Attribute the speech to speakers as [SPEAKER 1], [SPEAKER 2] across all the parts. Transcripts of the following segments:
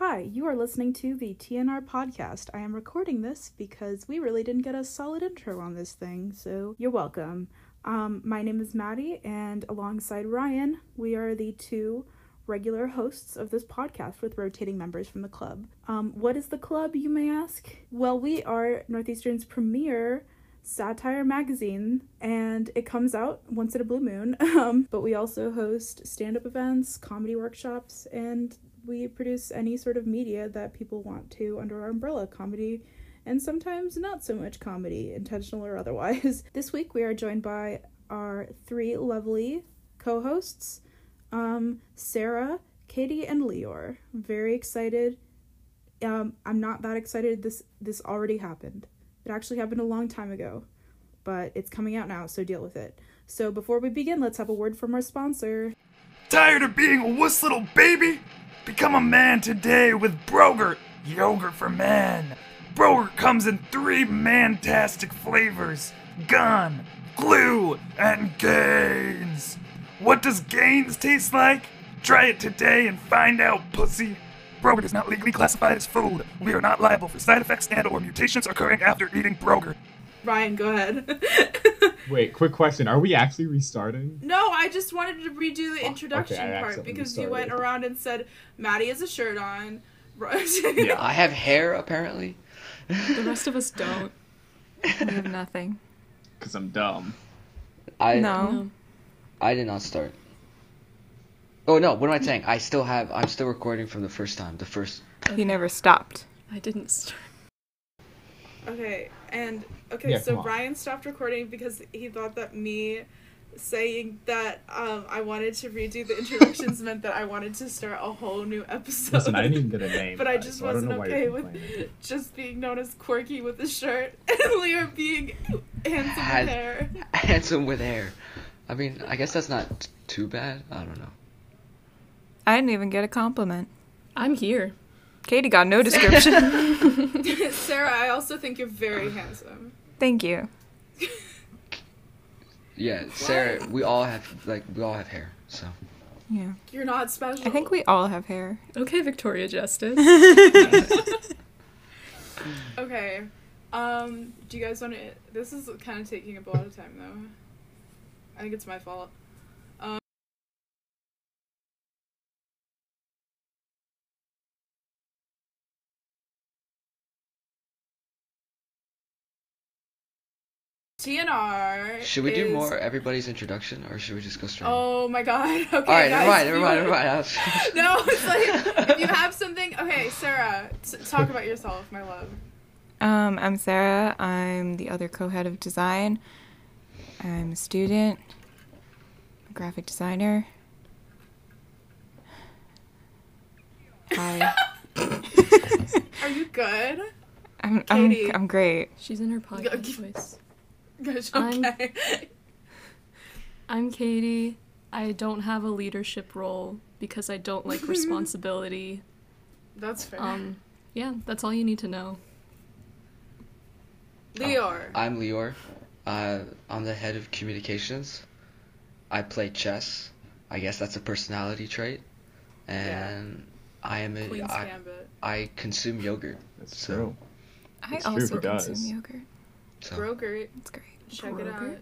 [SPEAKER 1] Hi, you are listening to the TNR podcast. I am recording this because we really didn't get a solid intro on this thing, so you're welcome. Um, my name is Maddie, and alongside Ryan, we are the two regular hosts of this podcast with rotating members from the club. Um, what is the club, you may ask? Well, we are Northeastern's premier satire magazine and it comes out once in a blue moon um, but we also host stand-up events comedy workshops and we produce any sort of media that people want to under our umbrella comedy and sometimes not so much comedy intentional or otherwise this week we are joined by our three lovely co-hosts um, sarah katie and leor very excited um, i'm not that excited this this already happened it actually happened a long time ago, but it's coming out now, so deal with it. So before we begin, let's have a word from our sponsor.
[SPEAKER 2] Tired of being a wuss little baby? Become a man today with Brogurt. Yogurt for man. Brogurt comes in three mantastic flavors gun, glue, and gains. What does gains taste like? Try it today and find out, pussy. Broger is not legally classified as food. We are not liable for side effects and or mutations occurring after eating Broger.
[SPEAKER 1] Ryan, go ahead.
[SPEAKER 3] Wait, quick question. Are we actually restarting?
[SPEAKER 4] No, I just wanted to redo the introduction
[SPEAKER 3] Oh, okay, I
[SPEAKER 4] part
[SPEAKER 3] accidentally
[SPEAKER 4] because you went
[SPEAKER 3] started.
[SPEAKER 4] around and said Maddie has a shirt on.
[SPEAKER 3] Yeah.
[SPEAKER 5] I have hair apparently.
[SPEAKER 6] The rest of us don't. We have nothing.
[SPEAKER 3] Because I'm dumb.
[SPEAKER 5] I
[SPEAKER 6] No.
[SPEAKER 5] I did not start. Oh no, what am I saying? I still have I'm still recording from the first time, the first
[SPEAKER 6] He never stopped.
[SPEAKER 7] I didn't start.
[SPEAKER 4] Okay, and okay,
[SPEAKER 3] Yeah, come
[SPEAKER 4] so
[SPEAKER 3] on.
[SPEAKER 4] Ryan stopped recording because he thought that me saying that um, I wanted to redo the introductions meant that I wanted to start a whole new episode.
[SPEAKER 3] Listen, I didn't get a name.
[SPEAKER 4] But I
[SPEAKER 3] guys,
[SPEAKER 4] just
[SPEAKER 3] so don't
[SPEAKER 4] wasn't
[SPEAKER 3] know why you're
[SPEAKER 4] okay with
[SPEAKER 3] complaining.
[SPEAKER 4] just being known as quirky with a shirt and Leo being handsome with
[SPEAKER 5] Had-
[SPEAKER 4] hair.
[SPEAKER 5] handsome with hair. I mean, I guess that's not t- too bad. I don't know.
[SPEAKER 6] I didn't even get a compliment.
[SPEAKER 7] I'm here.
[SPEAKER 6] Katie got no description.
[SPEAKER 4] Sarah, I also think you're very handsome.
[SPEAKER 6] Thank you.
[SPEAKER 5] Yeah, Sarah, we all have like we all have hair. So
[SPEAKER 6] Yeah.
[SPEAKER 4] You're not special.
[SPEAKER 6] I think we all have hair.
[SPEAKER 7] Okay, Victoria Justice.
[SPEAKER 4] Okay. Um, do you guys want to? This is kind of taking up a lot of time, though. I think it's my fault. Um, TNR.
[SPEAKER 5] should we do
[SPEAKER 4] is-
[SPEAKER 5] more everybody's introduction, or should we just go straight? in?
[SPEAKER 4] Oh my god. Okay.
[SPEAKER 5] all right,
[SPEAKER 4] guys,
[SPEAKER 5] never mind,
[SPEAKER 4] you
[SPEAKER 5] never mind,
[SPEAKER 4] are-
[SPEAKER 5] never mind. I was-
[SPEAKER 4] No, it's like if you have something. Okay, Sarah, t- talk about yourself, my love.
[SPEAKER 6] Um, I'm Sarah. I'm the other co-head of design. I'm a student, a graphic designer. Hi.
[SPEAKER 4] Are you good?
[SPEAKER 6] I'm, I'm,
[SPEAKER 4] Katie.
[SPEAKER 6] I'm great.
[SPEAKER 7] She's in her podcast
[SPEAKER 4] Go-
[SPEAKER 7] voice.
[SPEAKER 4] Gosh,
[SPEAKER 7] I'm-
[SPEAKER 4] okay.
[SPEAKER 7] I'm Katie. I don't have a leadership role because I don't like responsibility.
[SPEAKER 4] That's fair.
[SPEAKER 7] Um, yeah, that's all you need to know. oh.
[SPEAKER 4] Leor.
[SPEAKER 5] I'm Lior. Uh, I'm the head of communications. I play chess. I guess that's a personality trait. And I am a,
[SPEAKER 4] Queen's
[SPEAKER 5] I,
[SPEAKER 4] Gambit.
[SPEAKER 5] I consume yogurt.
[SPEAKER 3] That's
[SPEAKER 5] So-
[SPEAKER 3] true.
[SPEAKER 6] I
[SPEAKER 3] It's true,
[SPEAKER 6] also
[SPEAKER 3] who does?
[SPEAKER 6] consume yogurt.
[SPEAKER 5] So
[SPEAKER 4] Brogert.
[SPEAKER 6] It's great.
[SPEAKER 4] Check it out.
[SPEAKER 7] Brogert?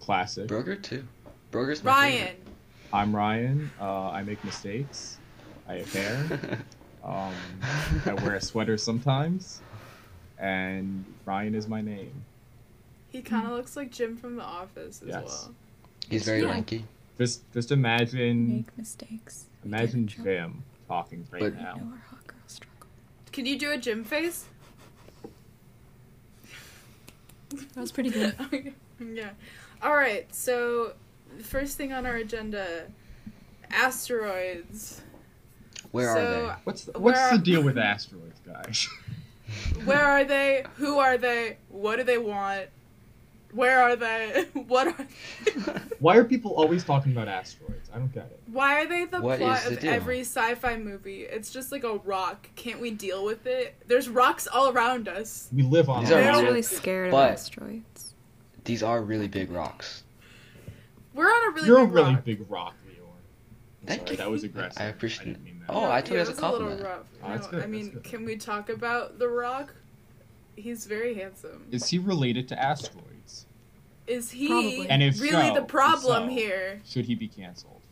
[SPEAKER 3] Classic.
[SPEAKER 5] Broger too. Broger's my
[SPEAKER 4] Ryan.
[SPEAKER 3] I'm Ryan. Uh, I make mistakes. I have hair.
[SPEAKER 5] favorite.
[SPEAKER 3] Um, I wear a sweater sometimes. And Ryan is my name.
[SPEAKER 4] He kind of looks like Jim from The Office as
[SPEAKER 3] Yes.
[SPEAKER 4] well.
[SPEAKER 5] He's very
[SPEAKER 7] Yeah.
[SPEAKER 5] lanky.
[SPEAKER 3] Just, just imagine,
[SPEAKER 6] Make mistakes.
[SPEAKER 3] imagine
[SPEAKER 6] Get in
[SPEAKER 3] Jim talking right
[SPEAKER 5] But-
[SPEAKER 3] now.
[SPEAKER 6] trouble. Know our hot girl struggle.
[SPEAKER 4] Can you do a Jim face?
[SPEAKER 7] That was pretty good.
[SPEAKER 4] yeah. All right. So, first thing on our agenda, asteroids.
[SPEAKER 5] Where
[SPEAKER 4] so,
[SPEAKER 3] What's the,
[SPEAKER 4] Where
[SPEAKER 3] what's
[SPEAKER 4] are-
[SPEAKER 3] the deal with asteroids, guys?
[SPEAKER 4] Where are they? Who are they? What do they want? Where are they? What are?
[SPEAKER 3] Why are people always talking about asteroids? I don't get it.
[SPEAKER 4] Why are they the
[SPEAKER 5] What
[SPEAKER 4] plot
[SPEAKER 5] is the
[SPEAKER 4] of
[SPEAKER 5] deal?
[SPEAKER 4] every sci-fi movie? It's just like a rock. Can't we deal with it? There's rocks all around us.
[SPEAKER 3] We live on
[SPEAKER 5] These
[SPEAKER 3] a
[SPEAKER 5] are
[SPEAKER 6] I was
[SPEAKER 3] rock.
[SPEAKER 5] all-
[SPEAKER 6] really scared
[SPEAKER 5] But-
[SPEAKER 6] of asteroids.
[SPEAKER 5] they? These are really big rocks.
[SPEAKER 4] We're on a really
[SPEAKER 3] You're a
[SPEAKER 4] big
[SPEAKER 3] really
[SPEAKER 4] rock.
[SPEAKER 3] big rock, Leor. I'm
[SPEAKER 5] Thank
[SPEAKER 3] Sorry,
[SPEAKER 5] you.
[SPEAKER 3] that was aggressive.
[SPEAKER 5] I appreciate
[SPEAKER 3] I didn't
[SPEAKER 5] it.
[SPEAKER 3] mean
[SPEAKER 5] Oh, I took it as a
[SPEAKER 4] that's little
[SPEAKER 5] compliment.
[SPEAKER 4] rough.
[SPEAKER 3] Oh, that's
[SPEAKER 4] No,
[SPEAKER 3] good,
[SPEAKER 4] I
[SPEAKER 3] that's
[SPEAKER 4] mean,
[SPEAKER 3] good.
[SPEAKER 4] can we talk about The Rock? He's very handsome. Is,
[SPEAKER 3] Is he related to asteroids?
[SPEAKER 4] he
[SPEAKER 7] Probably.
[SPEAKER 3] And if
[SPEAKER 4] really
[SPEAKER 3] so,
[SPEAKER 4] the
[SPEAKER 3] if
[SPEAKER 4] problem
[SPEAKER 3] so.
[SPEAKER 4] here?
[SPEAKER 3] Should he be canceled?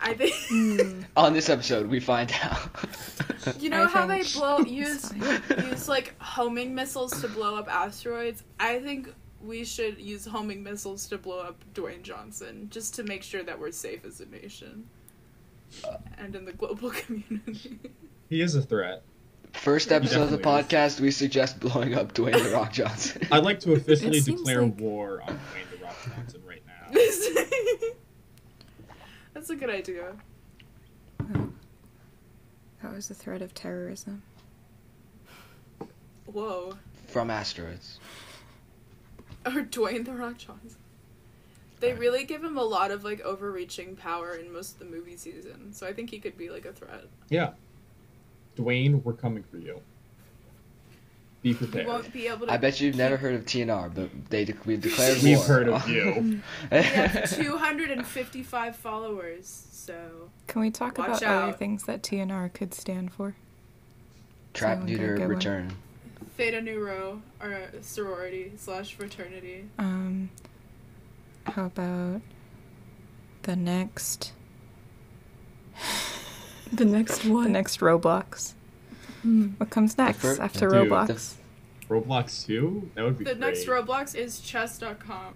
[SPEAKER 4] I think
[SPEAKER 3] Hmm.
[SPEAKER 5] On this episode, we find out.
[SPEAKER 4] you know how
[SPEAKER 6] think-
[SPEAKER 4] they blow
[SPEAKER 6] it's
[SPEAKER 4] use use like homing missiles to blow up asteroids. I think we should use homing missiles to blow up Dwayne Johnson just to make sure that we're safe as a nation
[SPEAKER 3] Uh.
[SPEAKER 4] and in the global community.
[SPEAKER 3] He is a threat.
[SPEAKER 5] First episode of the
[SPEAKER 3] Definitely
[SPEAKER 5] podcast, we suggest blowing up Dwayne The Rock Johnson.
[SPEAKER 3] I'd like to officially
[SPEAKER 7] seems
[SPEAKER 3] declare
[SPEAKER 7] like-
[SPEAKER 3] war on Dwayne the Rock Johnson right now.
[SPEAKER 4] That's a good idea.
[SPEAKER 6] That was the threat of terrorism.
[SPEAKER 4] Whoa.
[SPEAKER 5] From asteroids.
[SPEAKER 4] Or Dwayne the Rock Johnson. They really give him a lot of like overreaching power in most of the movie season, so I think he could be like a threat.
[SPEAKER 3] Yeah. Dwayne, we're coming for you. Be
[SPEAKER 4] He
[SPEAKER 3] prepared.
[SPEAKER 4] won't be able to.
[SPEAKER 5] I bet you've never heard of TNR, but they de- we declared
[SPEAKER 3] We've
[SPEAKER 5] war.
[SPEAKER 3] heard of you.
[SPEAKER 4] We have 255 followers, so
[SPEAKER 6] Can we talk
[SPEAKER 4] Watch
[SPEAKER 6] about other
[SPEAKER 4] out.
[SPEAKER 6] things that TNR could stand for?
[SPEAKER 5] Trap
[SPEAKER 4] Oh,
[SPEAKER 6] Sounds like a
[SPEAKER 5] neuter
[SPEAKER 6] good one.
[SPEAKER 5] return.
[SPEAKER 4] Theta Nu Rho or sorority slash fraternity.
[SPEAKER 6] Um, how about the next
[SPEAKER 7] The next Mm.
[SPEAKER 6] the
[SPEAKER 7] one.
[SPEAKER 6] next Roblox? What comes next
[SPEAKER 5] fir-
[SPEAKER 6] after
[SPEAKER 3] Dude, the-
[SPEAKER 6] Roblox?
[SPEAKER 3] Roblox 2? That would be
[SPEAKER 4] The
[SPEAKER 3] great.
[SPEAKER 4] next Roblox is chess.com.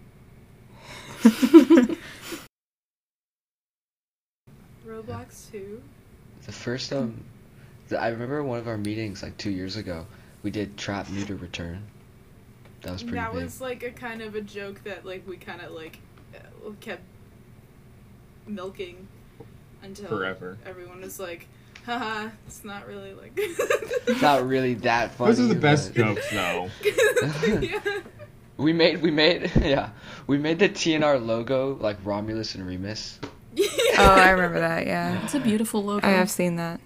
[SPEAKER 4] Roblox 2.
[SPEAKER 5] The first um, the, I remember one of our meetings like two years ago. We did trap neuter return. That was pretty
[SPEAKER 4] that
[SPEAKER 5] big.
[SPEAKER 4] was like a kind of a joke that like we kind of like uh, kept milking until
[SPEAKER 3] Forever.
[SPEAKER 4] everyone was like haha it's not really like
[SPEAKER 5] Not really that funny.
[SPEAKER 3] Those are the best
[SPEAKER 5] but-
[SPEAKER 3] jokes, though.
[SPEAKER 4] yeah.
[SPEAKER 5] We made we made yeah we made the TNR logo like Romulus and Remus.
[SPEAKER 6] Oh, I remember that. Yeah,
[SPEAKER 7] It's a beautiful logo.
[SPEAKER 6] I have seen that.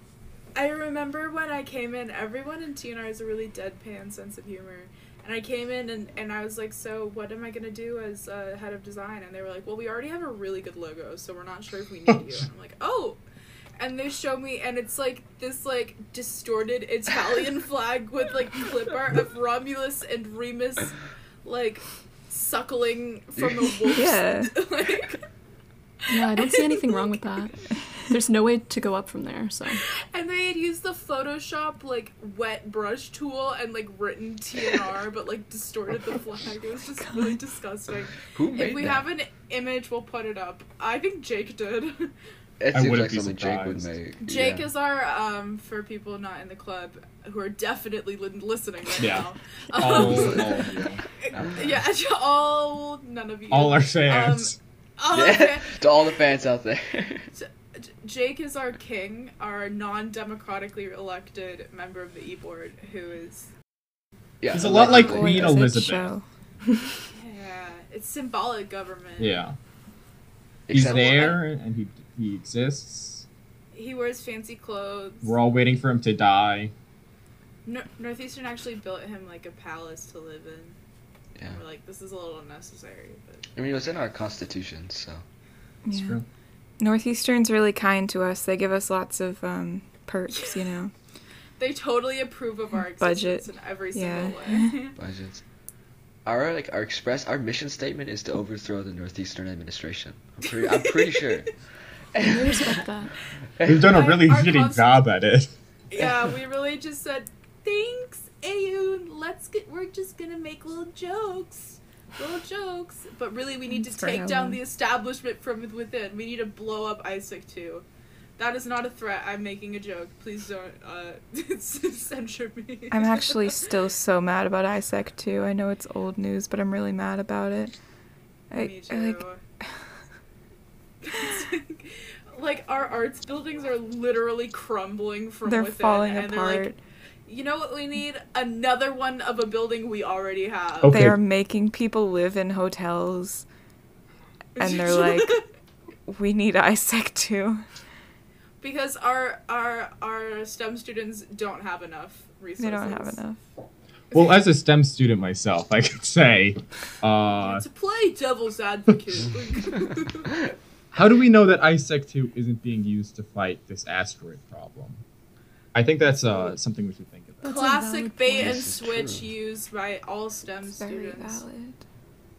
[SPEAKER 4] I remember when I came in, everyone in TNR has a really deadpan sense of humor. And I came in and, and I was like, so what am I going to do as uh, head of design? And they were like, well, we already have a really good logo, so we're not sure if we need you. And I'm like, oh. And they show me, and it's like this like distorted Italian flag with like clip art of Romulus and Remus like suckling from a wolf's.
[SPEAKER 6] Yeah.
[SPEAKER 4] like,
[SPEAKER 7] Yeah, I don't see anything wrong with that. There's no way to go up from there, so.
[SPEAKER 4] And they had used the Photoshop like wet brush tool and like written TNR, but like distorted
[SPEAKER 3] Oh
[SPEAKER 4] the flag. It was just really disgusting.
[SPEAKER 5] Who made
[SPEAKER 4] If we
[SPEAKER 5] that?
[SPEAKER 4] have an image, we'll put it up. I think Jake did.
[SPEAKER 5] it
[SPEAKER 3] I
[SPEAKER 5] seems
[SPEAKER 3] wouldn't
[SPEAKER 5] like
[SPEAKER 3] be
[SPEAKER 5] something Jake would
[SPEAKER 3] surprised.
[SPEAKER 5] make.
[SPEAKER 4] Jake
[SPEAKER 5] yeah.
[SPEAKER 4] is our um for people not in the club who are definitely li- listening right
[SPEAKER 3] Yeah.
[SPEAKER 4] now.
[SPEAKER 3] All, all
[SPEAKER 4] Um,
[SPEAKER 3] of you.
[SPEAKER 4] yeah, all none of you. Um,
[SPEAKER 3] All our fans.
[SPEAKER 4] All our
[SPEAKER 5] yeah.
[SPEAKER 4] fan-
[SPEAKER 5] to all the fans out there.
[SPEAKER 4] J- Jake is our king, our non-democratically elected member of the E board, who is
[SPEAKER 5] yeah,
[SPEAKER 3] He's a lot like
[SPEAKER 6] Boy,
[SPEAKER 5] allegedly.
[SPEAKER 3] Queen
[SPEAKER 6] does it
[SPEAKER 3] Elizabeth.
[SPEAKER 6] show.
[SPEAKER 4] yeah, it's symbolic government.
[SPEAKER 3] yeah. He's
[SPEAKER 5] Except
[SPEAKER 3] there, and he, he exists.
[SPEAKER 4] He wears fancy clothes.
[SPEAKER 3] We're all waiting for him to die.
[SPEAKER 4] Nor- Northeastern actually built him like a palace to live in.
[SPEAKER 5] Yeah.
[SPEAKER 4] And we're like, this is a little unnecessary, but
[SPEAKER 5] I mean, it was in our constitution, so
[SPEAKER 3] It's
[SPEAKER 6] Yeah.
[SPEAKER 3] true.
[SPEAKER 6] Northeastern's really kind to us. They give us lots of um, perks, you know.
[SPEAKER 4] they totally approve of our
[SPEAKER 6] Budget.
[SPEAKER 4] existence in every
[SPEAKER 6] Yeah.
[SPEAKER 4] single way.
[SPEAKER 5] budgets. Our like our express our mission statement is to overthrow the northeastern administration. I'm pretty, I'm pretty sure.
[SPEAKER 7] I respect that.
[SPEAKER 3] We've done a
[SPEAKER 4] Our-
[SPEAKER 3] really
[SPEAKER 4] our
[SPEAKER 3] shitty
[SPEAKER 4] const-
[SPEAKER 3] job at it.
[SPEAKER 4] yeah, we really just said thanks, Ayun. Let's get. We're just gonna make little jokes. Little jokes, but really, we need to
[SPEAKER 6] Thanks for
[SPEAKER 4] take down
[SPEAKER 6] Helen.
[SPEAKER 4] the establishment from within. We need to blow up Isaac too. That is not a threat. I'm making a joke. Please don't uh, censure me.
[SPEAKER 6] I'm actually still so mad about ISEC too. I know it's old news, but I'm really mad about it. I,
[SPEAKER 4] Me
[SPEAKER 6] I, like,
[SPEAKER 4] too. like our arts buildings are literally crumbling from
[SPEAKER 6] they're
[SPEAKER 4] within,
[SPEAKER 6] falling
[SPEAKER 4] and
[SPEAKER 6] apart.
[SPEAKER 4] They're like, you know what we need? Another one of a building we already have.
[SPEAKER 3] Okay.
[SPEAKER 6] They are making people live in hotels, and they're like, "We need ISEC too."
[SPEAKER 4] because our our our STEM students don't have enough resources.
[SPEAKER 6] They don't have enough.
[SPEAKER 3] Well, as a STEM student myself, I could say, uh,
[SPEAKER 4] to play devil's advocate.
[SPEAKER 3] How do we know that ISEC 2 isn't being used to fight this asteroid problem? I think that's uh, something we should think about.
[SPEAKER 6] That's a
[SPEAKER 4] Classic
[SPEAKER 6] valid
[SPEAKER 4] bait
[SPEAKER 6] point.
[SPEAKER 4] and
[SPEAKER 5] This is
[SPEAKER 4] switch
[SPEAKER 5] true.
[SPEAKER 4] used by all STEM
[SPEAKER 6] It's very
[SPEAKER 4] students.
[SPEAKER 6] valid.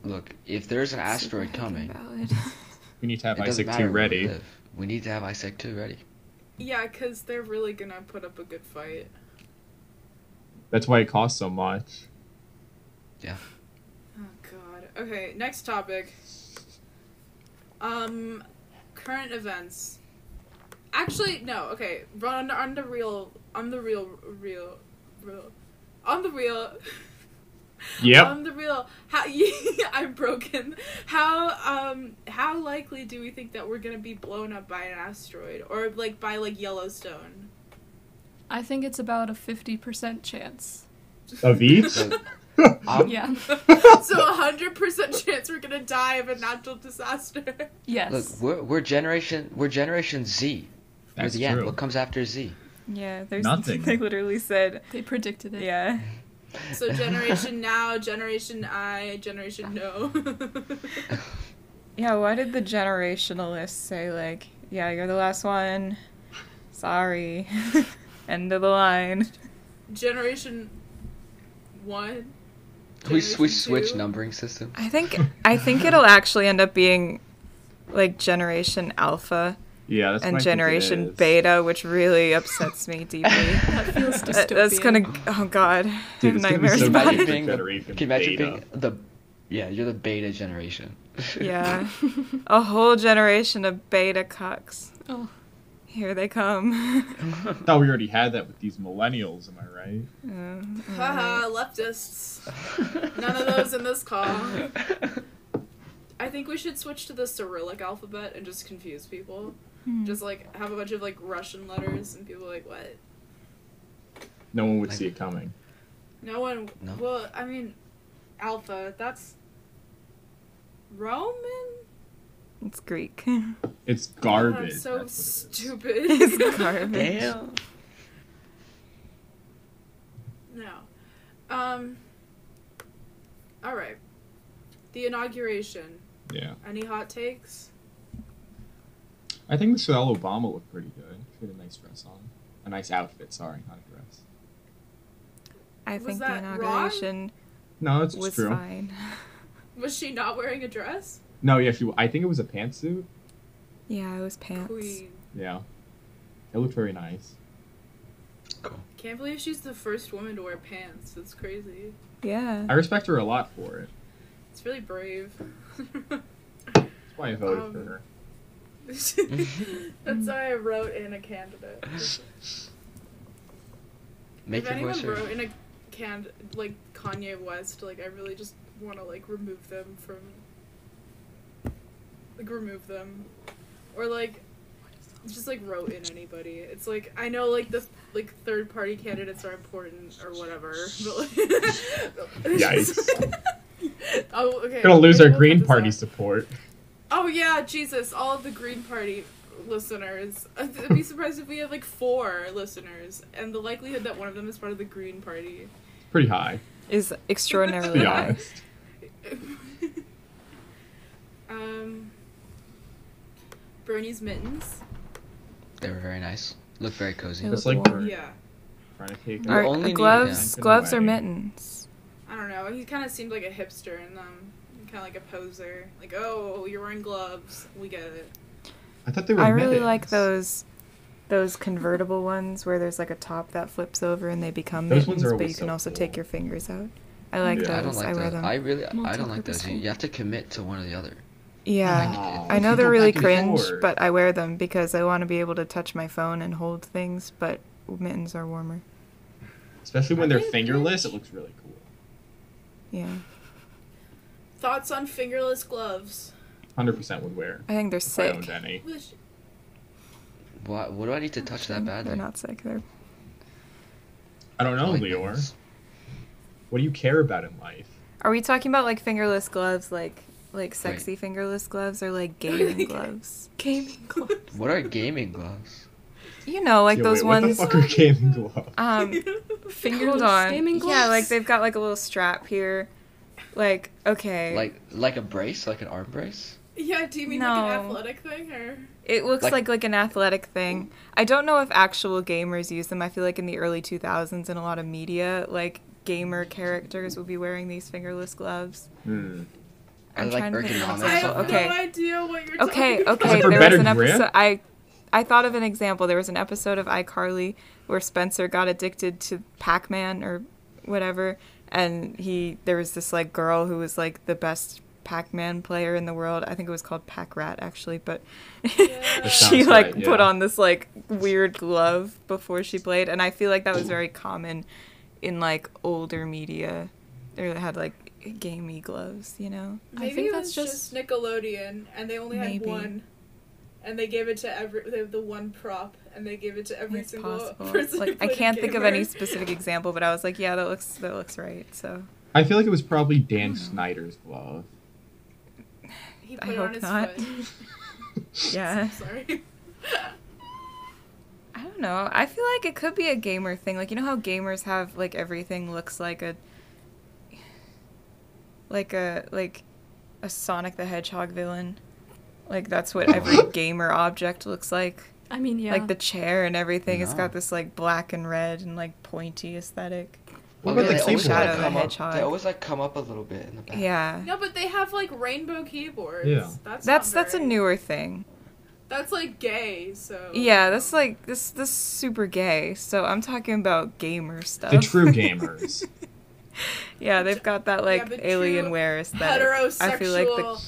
[SPEAKER 5] Look, if there's an asteroid
[SPEAKER 6] Super
[SPEAKER 5] coming,
[SPEAKER 6] Valid.
[SPEAKER 3] We need to have
[SPEAKER 5] it doesn't
[SPEAKER 3] ISEC
[SPEAKER 5] matter
[SPEAKER 3] 2
[SPEAKER 5] where we
[SPEAKER 3] ready.
[SPEAKER 5] live. We need to have ISEC 2 ready.
[SPEAKER 4] Yeah, because they're really gonna put up a good fight.
[SPEAKER 3] That's why it costs so much.
[SPEAKER 4] Oh god. Okay, next topic. Um, current events. Actually, no. Okay, on on the real, on the real, real, real, on the real.
[SPEAKER 3] Yep.
[SPEAKER 4] On the real, how I'm broken. How um how likely do we think that we're gonna be blown up by an asteroid or like by like Yellowstone?
[SPEAKER 7] I think it's about a 50% chance.
[SPEAKER 3] Of each?
[SPEAKER 5] So,
[SPEAKER 7] Yeah.
[SPEAKER 4] so a hundred percent chance we're gonna die of a natural disaster.
[SPEAKER 7] Yes.
[SPEAKER 5] look, we're, we're generation we're generation Z. We're
[SPEAKER 3] That's
[SPEAKER 5] the end.
[SPEAKER 3] true.
[SPEAKER 5] What comes after Z?
[SPEAKER 6] Yeah, there's
[SPEAKER 3] Nothing.
[SPEAKER 6] They literally said,
[SPEAKER 7] they predicted it.
[SPEAKER 6] yeah.
[SPEAKER 4] So generation now, generation I, generation no.
[SPEAKER 6] Yeah, why did the generationalists say, like, yeah, you're the last one? Sorry. End of the line.
[SPEAKER 4] generation one.
[SPEAKER 5] Can we
[SPEAKER 4] Generation
[SPEAKER 5] switch switch
[SPEAKER 4] two.
[SPEAKER 5] numbering system?
[SPEAKER 6] I think I think it'll actually end up being like generation alpha
[SPEAKER 3] Yeah, that's what
[SPEAKER 6] and
[SPEAKER 3] I think it
[SPEAKER 6] generation
[SPEAKER 3] is.
[SPEAKER 6] beta, which really upsets me deeply.
[SPEAKER 7] That feels
[SPEAKER 6] That-
[SPEAKER 7] dystopian.
[SPEAKER 6] That's gonna. Oh God, I
[SPEAKER 3] Dude,
[SPEAKER 6] have
[SPEAKER 3] it's gonna be
[SPEAKER 6] nightmares
[SPEAKER 3] so
[SPEAKER 6] about
[SPEAKER 3] bad.
[SPEAKER 5] imagine
[SPEAKER 3] Beta,
[SPEAKER 6] it.
[SPEAKER 5] being the,
[SPEAKER 3] generation
[SPEAKER 5] can you imagine
[SPEAKER 3] beta.
[SPEAKER 5] being the yeah you're the beta generation.
[SPEAKER 6] Yeah, a whole generation of beta cucks.
[SPEAKER 7] Oh.
[SPEAKER 6] Here they come.
[SPEAKER 3] I thought we already had that with these millennials, am I right?
[SPEAKER 6] Uh, alright.
[SPEAKER 4] Haha, leftists. None of those in this call. I think we should switch to the Cyrillic alphabet and just confuse people.
[SPEAKER 6] Hmm.
[SPEAKER 4] Just like have a bunch of like Russian letters and people are like what?
[SPEAKER 3] No one would
[SPEAKER 5] Like-
[SPEAKER 3] see it coming.
[SPEAKER 4] No one.
[SPEAKER 5] No.
[SPEAKER 4] Well, I mean, alpha. That's Roman.
[SPEAKER 6] It's Greek.
[SPEAKER 3] It's
[SPEAKER 4] God,
[SPEAKER 3] garbage.
[SPEAKER 4] Oh, I'm so
[SPEAKER 3] that's what it is.
[SPEAKER 4] stupid.
[SPEAKER 6] it's garbage.
[SPEAKER 5] Damn.
[SPEAKER 4] No. Um. All right. The inauguration.
[SPEAKER 3] Yeah.
[SPEAKER 4] Any hot takes?
[SPEAKER 3] I think Michelle Obama looked pretty good. She had a nice dress on. A nice outfit, sorry, not a dress.
[SPEAKER 6] I
[SPEAKER 4] Was
[SPEAKER 6] think the
[SPEAKER 4] that wrong?
[SPEAKER 6] inauguration
[SPEAKER 3] No, it's
[SPEAKER 6] was
[SPEAKER 3] true.
[SPEAKER 6] fine.
[SPEAKER 4] Was she not wearing a dress?
[SPEAKER 3] No, yeah, she I think it was a pantsuit.
[SPEAKER 6] Yeah, it was pants.
[SPEAKER 4] Queen.
[SPEAKER 3] Yeah. It looked very nice.
[SPEAKER 5] Cool.
[SPEAKER 4] Can't believe she's the first woman to wear pants. That's crazy.
[SPEAKER 6] Yeah.
[SPEAKER 3] I respect her a lot for it.
[SPEAKER 4] It's really brave.
[SPEAKER 3] That's why I voted for
[SPEAKER 4] Um,
[SPEAKER 3] her.
[SPEAKER 4] That's why I wrote in a candidate.
[SPEAKER 5] Make
[SPEAKER 4] if
[SPEAKER 5] your
[SPEAKER 4] anyone
[SPEAKER 5] voice
[SPEAKER 4] wrote
[SPEAKER 5] heard.
[SPEAKER 4] in a can like Kanye West, like I really just want to like remove them from, like remove them, or like just like wrote in anybody. It's like I know like the like third party candidates are important or whatever, but like,
[SPEAKER 3] Yikes.
[SPEAKER 4] oh okay.
[SPEAKER 3] Gonna lose our
[SPEAKER 4] we'll cut
[SPEAKER 3] Green
[SPEAKER 4] this
[SPEAKER 3] Party
[SPEAKER 4] out.
[SPEAKER 3] support.
[SPEAKER 4] Oh yeah, Jesus! All of the Green Party listeners. I'd be surprised if we have like four listeners, and the likelihood that one of them is part of the Green Party.
[SPEAKER 3] Pretty high,
[SPEAKER 6] Is
[SPEAKER 3] to
[SPEAKER 6] extraordinarily
[SPEAKER 3] be
[SPEAKER 6] high.
[SPEAKER 3] honest.
[SPEAKER 4] um, Bernie's mittens.
[SPEAKER 5] They were very nice. Look very cozy.
[SPEAKER 6] It
[SPEAKER 3] Just
[SPEAKER 6] was
[SPEAKER 3] like
[SPEAKER 6] warm.
[SPEAKER 3] we're
[SPEAKER 4] Yeah,
[SPEAKER 3] trying to take
[SPEAKER 5] Our-
[SPEAKER 3] it.
[SPEAKER 5] You only
[SPEAKER 6] Are
[SPEAKER 5] need
[SPEAKER 6] gloves,
[SPEAKER 3] them.
[SPEAKER 6] gloves or
[SPEAKER 3] Anyway.
[SPEAKER 6] mittens?
[SPEAKER 4] I don't know. He kind of seemed like a hipster in them, kind of like a poser. Like, oh, you're wearing gloves. We get it.
[SPEAKER 3] I thought they were
[SPEAKER 6] I really
[SPEAKER 3] mittens.
[SPEAKER 6] like those those convertible ones where there's like a top that flips over and they become
[SPEAKER 3] Those ones
[SPEAKER 6] mittens,
[SPEAKER 3] are
[SPEAKER 6] but
[SPEAKER 3] always
[SPEAKER 6] you can
[SPEAKER 3] so
[SPEAKER 6] also
[SPEAKER 3] cool.
[SPEAKER 6] take your fingers out. I like
[SPEAKER 3] Yeah,
[SPEAKER 5] I
[SPEAKER 6] those.
[SPEAKER 5] don't
[SPEAKER 6] I,
[SPEAKER 5] like
[SPEAKER 6] wear
[SPEAKER 5] those.
[SPEAKER 6] them.
[SPEAKER 5] I really I don't like those. You,
[SPEAKER 7] Multi-purposeful.
[SPEAKER 5] you have to commit to one or the other.
[SPEAKER 6] yeah.
[SPEAKER 3] Wow.
[SPEAKER 6] I know
[SPEAKER 3] Oh, People
[SPEAKER 6] they're really
[SPEAKER 3] back and
[SPEAKER 6] cringe,
[SPEAKER 3] forth.
[SPEAKER 6] but I wear them because I want to be able to touch my phone and hold things, but mittens are warmer.
[SPEAKER 3] Especially when they're
[SPEAKER 4] Are they
[SPEAKER 3] fingerless, it
[SPEAKER 4] cringe?
[SPEAKER 3] looks really cool.
[SPEAKER 6] Yeah.
[SPEAKER 4] Thoughts on fingerless gloves?
[SPEAKER 3] 100% would wear.
[SPEAKER 6] I think they're
[SPEAKER 3] if I owned
[SPEAKER 6] sick.
[SPEAKER 3] any.
[SPEAKER 4] Wish-
[SPEAKER 5] What what do I need to touch that eh? badly?
[SPEAKER 6] They're not sick. They're
[SPEAKER 3] I don't know,
[SPEAKER 5] Like
[SPEAKER 3] Leor.
[SPEAKER 5] mittens.
[SPEAKER 3] What do you care about in life?
[SPEAKER 6] Are we talking about like fingerless gloves like like sexy fingerless gloves or like gaming gloves?
[SPEAKER 7] Gaming gloves.
[SPEAKER 5] What are gaming gloves?
[SPEAKER 6] You know, like
[SPEAKER 3] Yo,
[SPEAKER 6] those
[SPEAKER 3] wait,
[SPEAKER 6] ones
[SPEAKER 3] What the fuck are gaming gloves?
[SPEAKER 6] um
[SPEAKER 7] Fingerless
[SPEAKER 6] Hold on.
[SPEAKER 7] gaming gloves.
[SPEAKER 6] Yeah, like they've got like a little strap here. Like, okay.
[SPEAKER 5] Like like a brace, like an arm brace?
[SPEAKER 4] Yeah, do you mean like an
[SPEAKER 6] No.
[SPEAKER 4] athletic thing or?
[SPEAKER 6] It looks like,
[SPEAKER 5] Like-
[SPEAKER 6] like an athletic thing. I don't know if actual gamers use them. I feel like in the early 2000s in a lot of media, like gamer characters would be wearing these fingerless gloves.
[SPEAKER 5] I
[SPEAKER 3] Hmm.
[SPEAKER 6] I'm
[SPEAKER 5] like
[SPEAKER 6] trying to think of an
[SPEAKER 5] ergonomics.
[SPEAKER 4] I
[SPEAKER 6] example.
[SPEAKER 4] have
[SPEAKER 6] Okay.
[SPEAKER 4] no idea what you're
[SPEAKER 6] Okay,
[SPEAKER 4] talking
[SPEAKER 3] for
[SPEAKER 6] okay. There was
[SPEAKER 3] better
[SPEAKER 6] an
[SPEAKER 3] grip?
[SPEAKER 6] episode. I, I thought of an example. There was an episode of iCarly where Spencer got addicted to Pac-Man or whatever, and he there was this like girl who was like the best Pac-Man player in the world. I think it was called Pac Rat actually, but she
[SPEAKER 3] sounds
[SPEAKER 6] like
[SPEAKER 3] right,
[SPEAKER 6] put
[SPEAKER 3] yeah.
[SPEAKER 6] on this like weird glove before she played, and I feel like that was very common in like older media. They had like gamey gloves, you know.
[SPEAKER 4] Maybe
[SPEAKER 7] I think
[SPEAKER 4] it
[SPEAKER 7] that's
[SPEAKER 4] was just,
[SPEAKER 7] just.
[SPEAKER 4] Nickelodeon, and they only had
[SPEAKER 6] Maybe.
[SPEAKER 4] one, and they gave it to every they have the one prop, and they gave it to every
[SPEAKER 6] It's
[SPEAKER 4] single
[SPEAKER 6] possible.
[SPEAKER 4] person. who
[SPEAKER 6] Like I
[SPEAKER 4] played
[SPEAKER 6] can't think of any
[SPEAKER 4] gamer.
[SPEAKER 6] specific example, but I was like, yeah, that looks that looks right. So
[SPEAKER 3] I feel like it was probably Dan
[SPEAKER 6] Mm.
[SPEAKER 3] Snyder's glove.
[SPEAKER 4] He
[SPEAKER 6] I
[SPEAKER 4] put it
[SPEAKER 6] hope
[SPEAKER 4] on his
[SPEAKER 6] not.
[SPEAKER 4] foot.
[SPEAKER 6] yeah,
[SPEAKER 4] Sorry.
[SPEAKER 6] I don't know. I feel like it could be a gamer thing. Like you know how gamers have like everything looks like a like a like a Sonic the Hedgehog villain. Like that's what every gamer object looks like.
[SPEAKER 7] I mean, yeah.
[SPEAKER 6] Like the chair and everything, it's got
[SPEAKER 5] No.
[SPEAKER 6] this like black and red and like pointy aesthetic.
[SPEAKER 3] What
[SPEAKER 5] Okay,
[SPEAKER 3] about the
[SPEAKER 5] they always,
[SPEAKER 3] keyboard?
[SPEAKER 6] Shadow
[SPEAKER 5] like,
[SPEAKER 6] the
[SPEAKER 5] come up,
[SPEAKER 6] Hedgehog?
[SPEAKER 5] they always like come up a little bit in the back.
[SPEAKER 6] Yeah,
[SPEAKER 4] No, but they have like rainbow keyboards.
[SPEAKER 3] Yeah.
[SPEAKER 4] That's
[SPEAKER 6] that's
[SPEAKER 4] not
[SPEAKER 6] that's a
[SPEAKER 4] very-
[SPEAKER 6] newer thing.
[SPEAKER 4] That's like gay. So.
[SPEAKER 6] Yeah, that's like this this is super gay. So I'm talking about gamer stuff.
[SPEAKER 3] The true gamers.
[SPEAKER 6] yeah, they've got that like
[SPEAKER 4] but true
[SPEAKER 6] Alienware aesthetic.
[SPEAKER 4] heterosexual
[SPEAKER 6] I feel like the,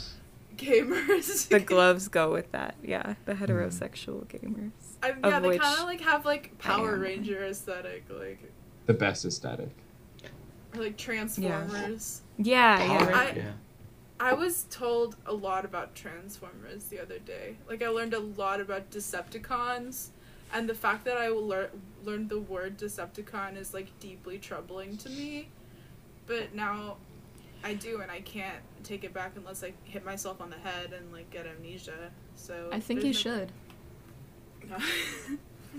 [SPEAKER 4] gamers.
[SPEAKER 6] the gloves go with that. Yeah, the
[SPEAKER 3] Mm.
[SPEAKER 6] heterosexual gamers.
[SPEAKER 4] I, yeah,
[SPEAKER 6] of
[SPEAKER 4] they
[SPEAKER 6] which
[SPEAKER 4] kind of like have like
[SPEAKER 6] I
[SPEAKER 4] Power
[SPEAKER 6] am.
[SPEAKER 4] Ranger aesthetic, like
[SPEAKER 3] the best aesthetic.
[SPEAKER 4] or, like Transformers.
[SPEAKER 6] Yeah,
[SPEAKER 5] Power-
[SPEAKER 6] yeah.
[SPEAKER 4] I-
[SPEAKER 5] yeah.
[SPEAKER 4] I was told a lot about Transformers the other day. Like I learned a lot about Decepticons, and the fact that I lear- learned the word Decepticon is like deeply troubling to me. But now, I do, and I can't take it back unless I hit myself on the head and like get amnesia. So
[SPEAKER 7] I think you
[SPEAKER 4] there's
[SPEAKER 7] should.
[SPEAKER 4] no-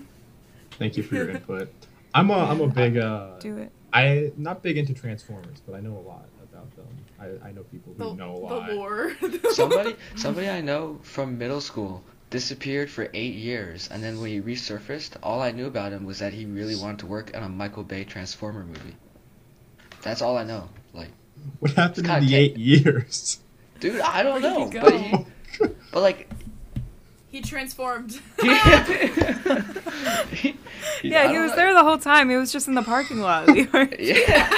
[SPEAKER 3] Thank you for your input. I'm a I'm a big uh
[SPEAKER 6] Do it.
[SPEAKER 3] I not big into Transformers, but I know a lot about them. I, I know people who
[SPEAKER 4] the,
[SPEAKER 3] know a lot.
[SPEAKER 4] the lore.
[SPEAKER 5] Somebody, somebody I know from middle school disappeared for eight years, and then when he resurfaced, all I knew about him was that he really wanted to work on a Michael Bay Transformer movie. That's all I know. Like,
[SPEAKER 3] What happened in
[SPEAKER 5] It's
[SPEAKER 3] the
[SPEAKER 5] kinda
[SPEAKER 3] eight years?
[SPEAKER 5] dude, I don't
[SPEAKER 4] Oh,
[SPEAKER 7] Where
[SPEAKER 5] know.
[SPEAKER 7] did he
[SPEAKER 5] But
[SPEAKER 7] go?
[SPEAKER 5] he, but like,
[SPEAKER 4] he transformed.
[SPEAKER 5] he- he- I
[SPEAKER 6] Yeah, he
[SPEAKER 5] don't
[SPEAKER 6] was
[SPEAKER 5] know.
[SPEAKER 6] there the whole time. He was just in the parking lot. We were-
[SPEAKER 5] Yeah, yeah,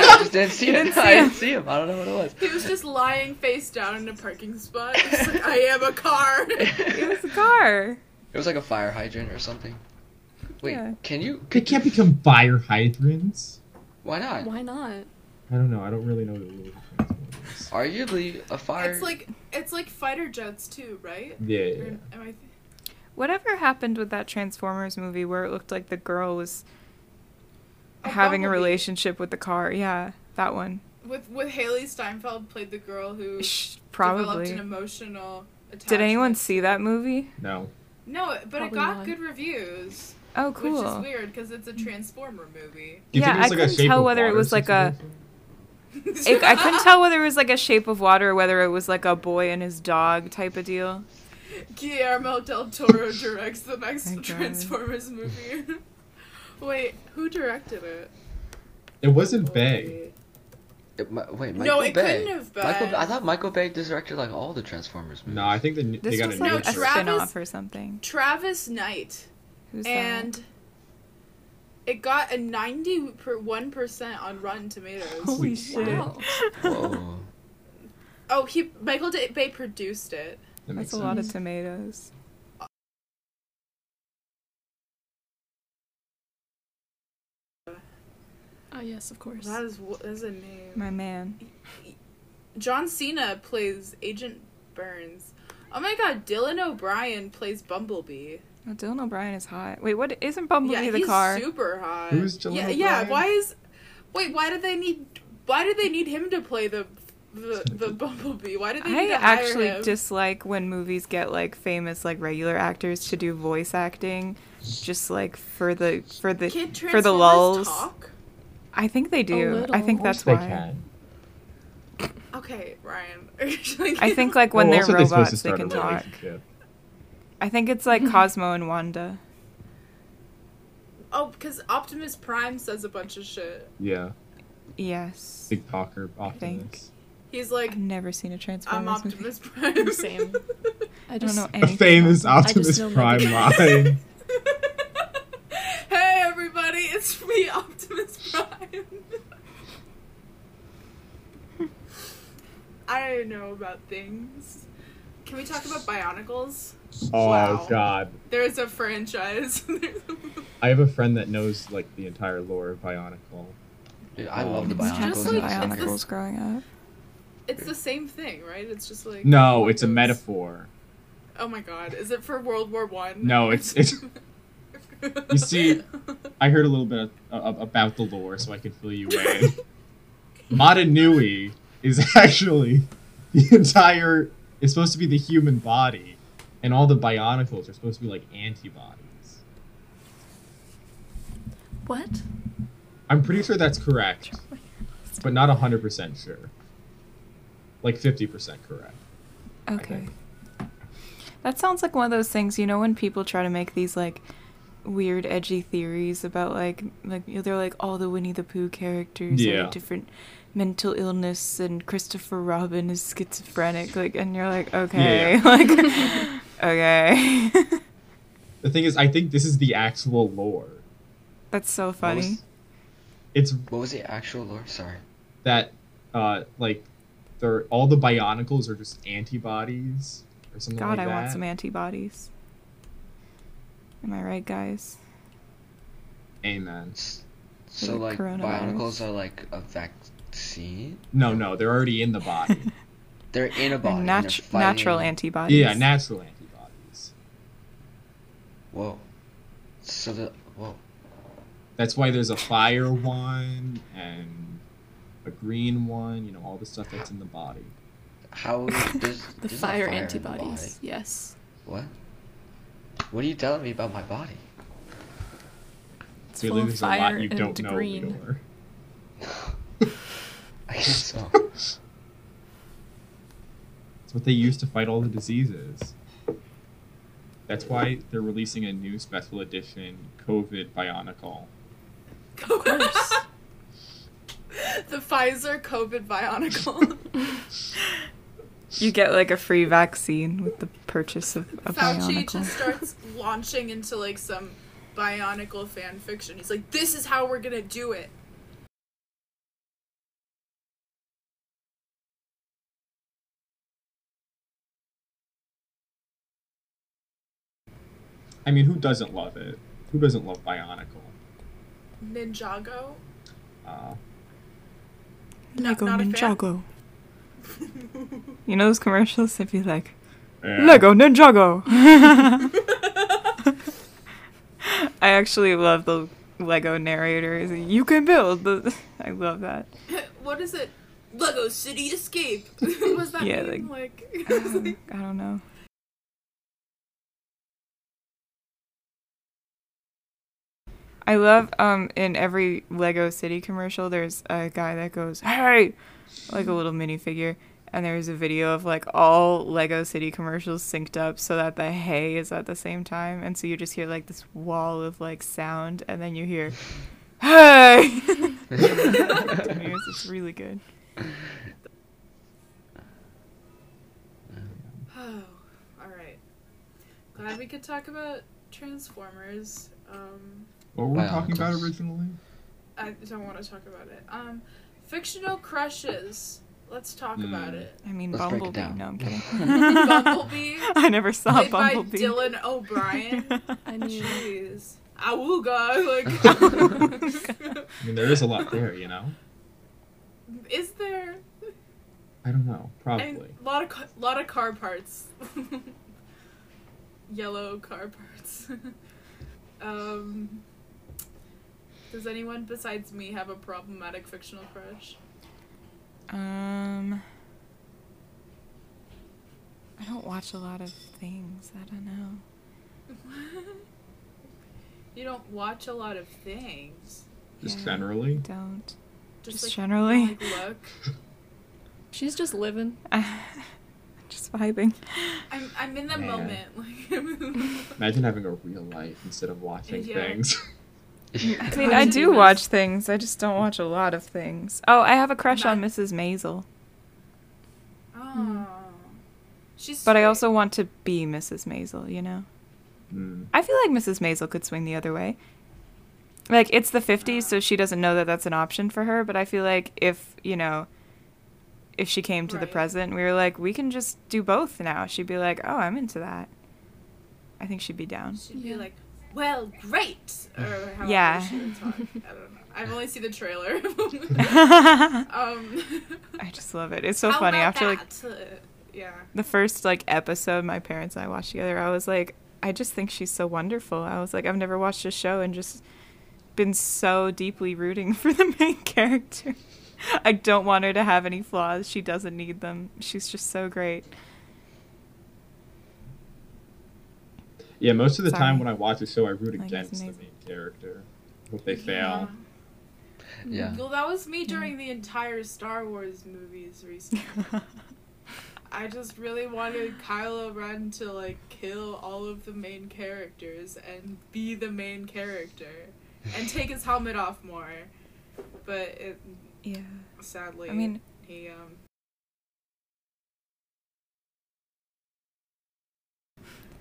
[SPEAKER 5] I just didn't see him.
[SPEAKER 6] didn't see
[SPEAKER 5] I
[SPEAKER 6] him.
[SPEAKER 5] didn't see him. I don't know what it was.
[SPEAKER 4] He was just lying face down in a parking spot. Just like, I am a car.
[SPEAKER 6] it was a car.
[SPEAKER 5] It was like a fire hydrant or something. Wait,
[SPEAKER 6] Yeah.
[SPEAKER 5] can you?
[SPEAKER 3] They can't become fire hydrants.
[SPEAKER 5] Why not?
[SPEAKER 7] Why not?
[SPEAKER 3] I don't know. I don't really know the rules of Transformers.
[SPEAKER 5] Arguably a fire.
[SPEAKER 4] It's like it's like fighter jets too, right?
[SPEAKER 3] Yeah, yeah,
[SPEAKER 4] Or
[SPEAKER 3] yeah.
[SPEAKER 4] am I th-
[SPEAKER 6] Whatever happened with that Transformers movie where it looked like the girl was
[SPEAKER 4] A
[SPEAKER 6] having a
[SPEAKER 4] Bumblebee.
[SPEAKER 6] relationship with the car? Yeah, that one.
[SPEAKER 4] with with Haley Steinfeld played the girl who
[SPEAKER 6] Sh-
[SPEAKER 4] developed an
[SPEAKER 6] Probably.
[SPEAKER 4] emotional. Attachment.
[SPEAKER 6] Did anyone see that movie?
[SPEAKER 3] No.
[SPEAKER 4] No, but it
[SPEAKER 7] Probably
[SPEAKER 4] got
[SPEAKER 7] not.
[SPEAKER 4] good reviews,
[SPEAKER 6] Oh, cool. Mm.
[SPEAKER 4] which is weird because it's a Transformer movie.
[SPEAKER 3] Do you
[SPEAKER 6] Yeah,
[SPEAKER 3] think it's
[SPEAKER 6] I
[SPEAKER 3] like a
[SPEAKER 6] couldn't
[SPEAKER 3] Shape
[SPEAKER 6] tell
[SPEAKER 3] of
[SPEAKER 6] whether it
[SPEAKER 3] Water
[SPEAKER 6] was like a-
[SPEAKER 3] situation?
[SPEAKER 6] It, I couldn't tell whether it was like a Shape of Water or whether it was like a boy and his dog type of deal.
[SPEAKER 4] Guillermo del Toro directs the next
[SPEAKER 6] Thank God.
[SPEAKER 4] Transformers movie. Wait, who directed it?
[SPEAKER 3] It wasn't Bay.
[SPEAKER 5] It mi- wait, Michael
[SPEAKER 4] No, it
[SPEAKER 5] Bay.
[SPEAKER 4] couldn't have been.
[SPEAKER 5] Michael, I thought Michael Bay directed like all the Transformers movies.
[SPEAKER 3] No, I think they, they
[SPEAKER 6] This
[SPEAKER 3] got
[SPEAKER 6] was
[SPEAKER 3] a
[SPEAKER 6] like
[SPEAKER 3] new
[SPEAKER 6] a
[SPEAKER 4] No,
[SPEAKER 3] director.
[SPEAKER 4] Travis-
[SPEAKER 6] spin-off or something.
[SPEAKER 4] Travis Knight.
[SPEAKER 6] Who's
[SPEAKER 4] and
[SPEAKER 6] that?
[SPEAKER 4] it got a 91% on Rotten Tomatoes.
[SPEAKER 6] Holy shit.
[SPEAKER 7] Wow.
[SPEAKER 5] Whoa.
[SPEAKER 4] oh, he Michael D- Bay produced it.
[SPEAKER 3] That makes
[SPEAKER 6] That's a lot of
[SPEAKER 3] sense.
[SPEAKER 6] tomatoes.
[SPEAKER 7] Oh yes, of course.
[SPEAKER 4] That is wh- that is a name.
[SPEAKER 6] My man.
[SPEAKER 4] John Cena plays Agent Burns. Oh my god, Dylan O'Brien plays Bumblebee.
[SPEAKER 6] Oh, Dylan O'Brien is hot. Wait, what isn't Bumblebee
[SPEAKER 4] yeah,
[SPEAKER 6] the
[SPEAKER 4] he's
[SPEAKER 6] car?
[SPEAKER 4] super hot.
[SPEAKER 3] Who's Dylan
[SPEAKER 4] yeah, yeah,
[SPEAKER 3] O'Brien?
[SPEAKER 4] why is Wait, why do they need why do they need him to play the the, the Bumblebee? Why did they need
[SPEAKER 6] I
[SPEAKER 4] to hire
[SPEAKER 6] actually
[SPEAKER 4] him?
[SPEAKER 6] dislike when movies get like famous like regular actors to do voice acting just like for the for the
[SPEAKER 4] Kid
[SPEAKER 6] for the
[SPEAKER 4] Transformers
[SPEAKER 6] lulls.
[SPEAKER 4] talk?
[SPEAKER 6] I think they do. I
[SPEAKER 7] little.
[SPEAKER 6] think
[SPEAKER 7] Of
[SPEAKER 6] that's
[SPEAKER 3] They
[SPEAKER 6] why.
[SPEAKER 3] can.
[SPEAKER 4] Okay, Ryan. Like,
[SPEAKER 6] I think like when
[SPEAKER 3] Oh,
[SPEAKER 6] they're
[SPEAKER 3] also supposed to
[SPEAKER 6] robots, they
[SPEAKER 3] start a
[SPEAKER 6] can talk.
[SPEAKER 3] relationship.
[SPEAKER 6] I think it's like Cosmo and Wanda.
[SPEAKER 4] oh, because Optimus Prime says a bunch of shit.
[SPEAKER 3] Yeah,
[SPEAKER 6] Yes.
[SPEAKER 3] big talker,
[SPEAKER 6] think.
[SPEAKER 3] Optimus.
[SPEAKER 4] He's like,
[SPEAKER 6] I've never seen a Transformers.
[SPEAKER 4] I'm
[SPEAKER 6] movie.
[SPEAKER 4] Optimus Prime.
[SPEAKER 7] Same. I
[SPEAKER 6] I don't
[SPEAKER 7] just
[SPEAKER 6] know
[SPEAKER 3] A
[SPEAKER 6] anything.
[SPEAKER 3] famous Optimus
[SPEAKER 7] know my-
[SPEAKER 3] Prime line.
[SPEAKER 4] hey everybody, it's me, Optimus Prime. I know about things. Can we talk about Bionicles?
[SPEAKER 3] Oh
[SPEAKER 4] Wow.
[SPEAKER 3] God,
[SPEAKER 4] There's a franchise. There's a-
[SPEAKER 3] I have a friend that knows like the entire lore of Bionicle.
[SPEAKER 5] Dude, I
[SPEAKER 3] Um,
[SPEAKER 5] love the
[SPEAKER 3] It's
[SPEAKER 5] Bionicles.
[SPEAKER 4] just
[SPEAKER 5] and
[SPEAKER 4] like-
[SPEAKER 5] the
[SPEAKER 4] it's
[SPEAKER 5] Bionicles.
[SPEAKER 6] Bionicles growing up.
[SPEAKER 4] it's the same thing, right? It's just like
[SPEAKER 3] No, it's a
[SPEAKER 4] Bionicles.
[SPEAKER 3] metaphor.
[SPEAKER 4] Oh my god, is it for World War One?
[SPEAKER 3] No, it's it's. You see- I heard a little bit of, about the lore, so I can fill you in. Mata Nui is actually the entire. It's supposed to be the human body, and all the Bionicles are supposed to be like antibodies.
[SPEAKER 7] What?
[SPEAKER 3] I'm pretty sure that's correct, but not 100% sure. Like 50% correct.
[SPEAKER 6] Okay.
[SPEAKER 3] think.
[SPEAKER 6] That sounds like one of those things, you know, when people try to make these like weird, edgy theories about like, like you know, they're like all the Winnie the Pooh characters
[SPEAKER 3] Yeah.
[SPEAKER 6] have different mental illness, and Christopher Robin is schizophrenic, like, and you're like, okay,
[SPEAKER 3] yeah.
[SPEAKER 6] like, okay,
[SPEAKER 3] The thing is, I think this is the actual lore.
[SPEAKER 6] that's so
[SPEAKER 5] What was-
[SPEAKER 6] funny.
[SPEAKER 3] It's
[SPEAKER 5] What was the actual lore? Sorry.
[SPEAKER 3] that, uh, like, they're all the Bionicles are just antibodies or something
[SPEAKER 6] God,
[SPEAKER 3] like
[SPEAKER 6] I
[SPEAKER 3] that.
[SPEAKER 6] want some antibodies. Am I right, guys?
[SPEAKER 3] Amen.
[SPEAKER 5] S- So like
[SPEAKER 6] Like coronavirus.
[SPEAKER 5] Bionicles are like a vaccine.
[SPEAKER 3] No, no, they're already in the body.
[SPEAKER 5] They're in a
[SPEAKER 6] They're
[SPEAKER 5] body. and they're
[SPEAKER 6] natu- natural
[SPEAKER 5] fighting-
[SPEAKER 6] antibodies.
[SPEAKER 3] yeah, natural antibodies.
[SPEAKER 5] Whoa. So the whoa.
[SPEAKER 3] That's why there's a fire one and a green one. You know, all the stuff that's in the body.
[SPEAKER 5] How there's,
[SPEAKER 7] The
[SPEAKER 5] there's no
[SPEAKER 7] fire,
[SPEAKER 5] in the
[SPEAKER 7] antibodies. Yes.
[SPEAKER 5] body. What? What are you telling me about my body?
[SPEAKER 7] It's
[SPEAKER 3] Really,
[SPEAKER 7] full of
[SPEAKER 3] there's
[SPEAKER 7] fire
[SPEAKER 3] a lot you
[SPEAKER 7] and
[SPEAKER 3] don't know.
[SPEAKER 7] green.
[SPEAKER 3] Leor.
[SPEAKER 5] I guess so.
[SPEAKER 3] It's what they use to fight all the diseases. That's why they're releasing a new special edition COVID Bionicle.
[SPEAKER 4] Of course. the Pfizer COVID Bionicle.
[SPEAKER 6] You get like a free vaccine with the purchase of a
[SPEAKER 4] Fauci
[SPEAKER 6] bionicle.
[SPEAKER 4] just starts launching into like some Bionicle fan fiction. He's like, this is how we're gonna do it.
[SPEAKER 3] I mean, who doesn't love it? Who doesn't love Bionicle?
[SPEAKER 4] Ninjago?
[SPEAKER 3] Uh,
[SPEAKER 4] Lego Not a fan. Ninjago.
[SPEAKER 6] you know those commercials? They'd be like,
[SPEAKER 3] yeah.
[SPEAKER 6] Lego Ninjago! I actually love the Lego narrator. He's like, You can build! The- I love that.
[SPEAKER 4] What is it? Lego City Escape. what does that
[SPEAKER 6] Yeah,
[SPEAKER 4] mean? Like, uh.
[SPEAKER 6] Um, I don't know. I love um in every Lego City commercial there's a guy that goes, Hey like a little minifigure and there's a video of like all Lego City commercials synced up so that the hey is at the same time and so you just hear like this wall of like sound and then you hear Hey It's really good.
[SPEAKER 4] oh, all right. Glad we could talk about Transformers. Um,
[SPEAKER 3] What were we talking about
[SPEAKER 5] Bionicles.
[SPEAKER 3] originally?
[SPEAKER 4] I don't want to talk about it. Um, fictional crushes. Let's talk about
[SPEAKER 3] Mm.
[SPEAKER 4] it.
[SPEAKER 6] I mean
[SPEAKER 5] Let's break it down.
[SPEAKER 6] Bumblebee. No, I'm kidding.
[SPEAKER 4] Bumblebee.
[SPEAKER 6] I never saw
[SPEAKER 4] played
[SPEAKER 6] Bumblebee.
[SPEAKER 4] by Dylan O'Brien.
[SPEAKER 7] I knew.
[SPEAKER 4] Jeez. Awooga. Like,
[SPEAKER 6] Awooga.
[SPEAKER 3] I mean, there is a lot there, you know?
[SPEAKER 4] is there?
[SPEAKER 3] I don't know.
[SPEAKER 4] A
[SPEAKER 3] Probably.
[SPEAKER 4] lot of ca- lot of car parts. Yellow car parts. um. Does anyone besides me have a problematic fictional crush?
[SPEAKER 6] Um, I don't watch a lot of things. I don't know.
[SPEAKER 4] you don't watch a lot of things.
[SPEAKER 3] Just
[SPEAKER 6] Yeah.
[SPEAKER 3] generally.
[SPEAKER 6] Don't
[SPEAKER 4] Just,
[SPEAKER 6] just
[SPEAKER 4] like,
[SPEAKER 6] generally.
[SPEAKER 4] like look.
[SPEAKER 7] She's just living.
[SPEAKER 6] Just vibing.
[SPEAKER 4] I'm I'm in the
[SPEAKER 3] Man.
[SPEAKER 4] moment. Like,
[SPEAKER 3] Imagine having a real life instead of watching
[SPEAKER 4] Yeah.
[SPEAKER 3] things.
[SPEAKER 6] I mean, I do watch things. I just don't watch a lot of things. Oh, I have a crush on
[SPEAKER 4] Not-
[SPEAKER 6] Mrs. Maisel,
[SPEAKER 4] Oh, she's.
[SPEAKER 6] Hmm. but I
[SPEAKER 4] sweet.
[SPEAKER 6] also want to be Mrs. Maisel. You know,
[SPEAKER 3] Mm.
[SPEAKER 6] I feel like Mrs. Maisel could swing the other way. Like it's the '50s, so she doesn't know that that's an option for her. But I feel like if you know, if she came to the
[SPEAKER 4] Right.
[SPEAKER 6] present, we were like, we can just do both now. She'd be like, oh, I'm into that. I think she'd be down.
[SPEAKER 4] She'd be
[SPEAKER 7] Yeah.
[SPEAKER 4] like, "Well, great." Or how
[SPEAKER 6] Yeah.
[SPEAKER 4] She would talk. I don't know. I've only seen the trailer.
[SPEAKER 6] I
[SPEAKER 4] um.
[SPEAKER 6] just love it. It's so
[SPEAKER 4] how
[SPEAKER 6] funny.
[SPEAKER 4] about
[SPEAKER 6] After like
[SPEAKER 4] that? Uh, yeah.
[SPEAKER 6] the first like episode my parents and I watched together, I was like, I just think she's so wonderful. I was like, I've never watched a show and just been so deeply rooting for the main character. I don't want her to have any flaws. She doesn't need them. She's just so great.
[SPEAKER 3] Yeah, most of the time
[SPEAKER 6] Sorry.
[SPEAKER 3] when I watch a show, I root
[SPEAKER 6] Like, it's
[SPEAKER 3] against the
[SPEAKER 6] amazing.
[SPEAKER 3] main character. Hope they
[SPEAKER 4] Yeah.
[SPEAKER 3] fail.
[SPEAKER 5] Yeah.
[SPEAKER 4] Well, that was me during the entire Star Wars movies recently. I just really wanted Kylo Ren to like kill all of the main characters and be the main character and take his helmet off more. But it,
[SPEAKER 6] yeah.
[SPEAKER 4] sadly,
[SPEAKER 6] I mean,
[SPEAKER 4] he um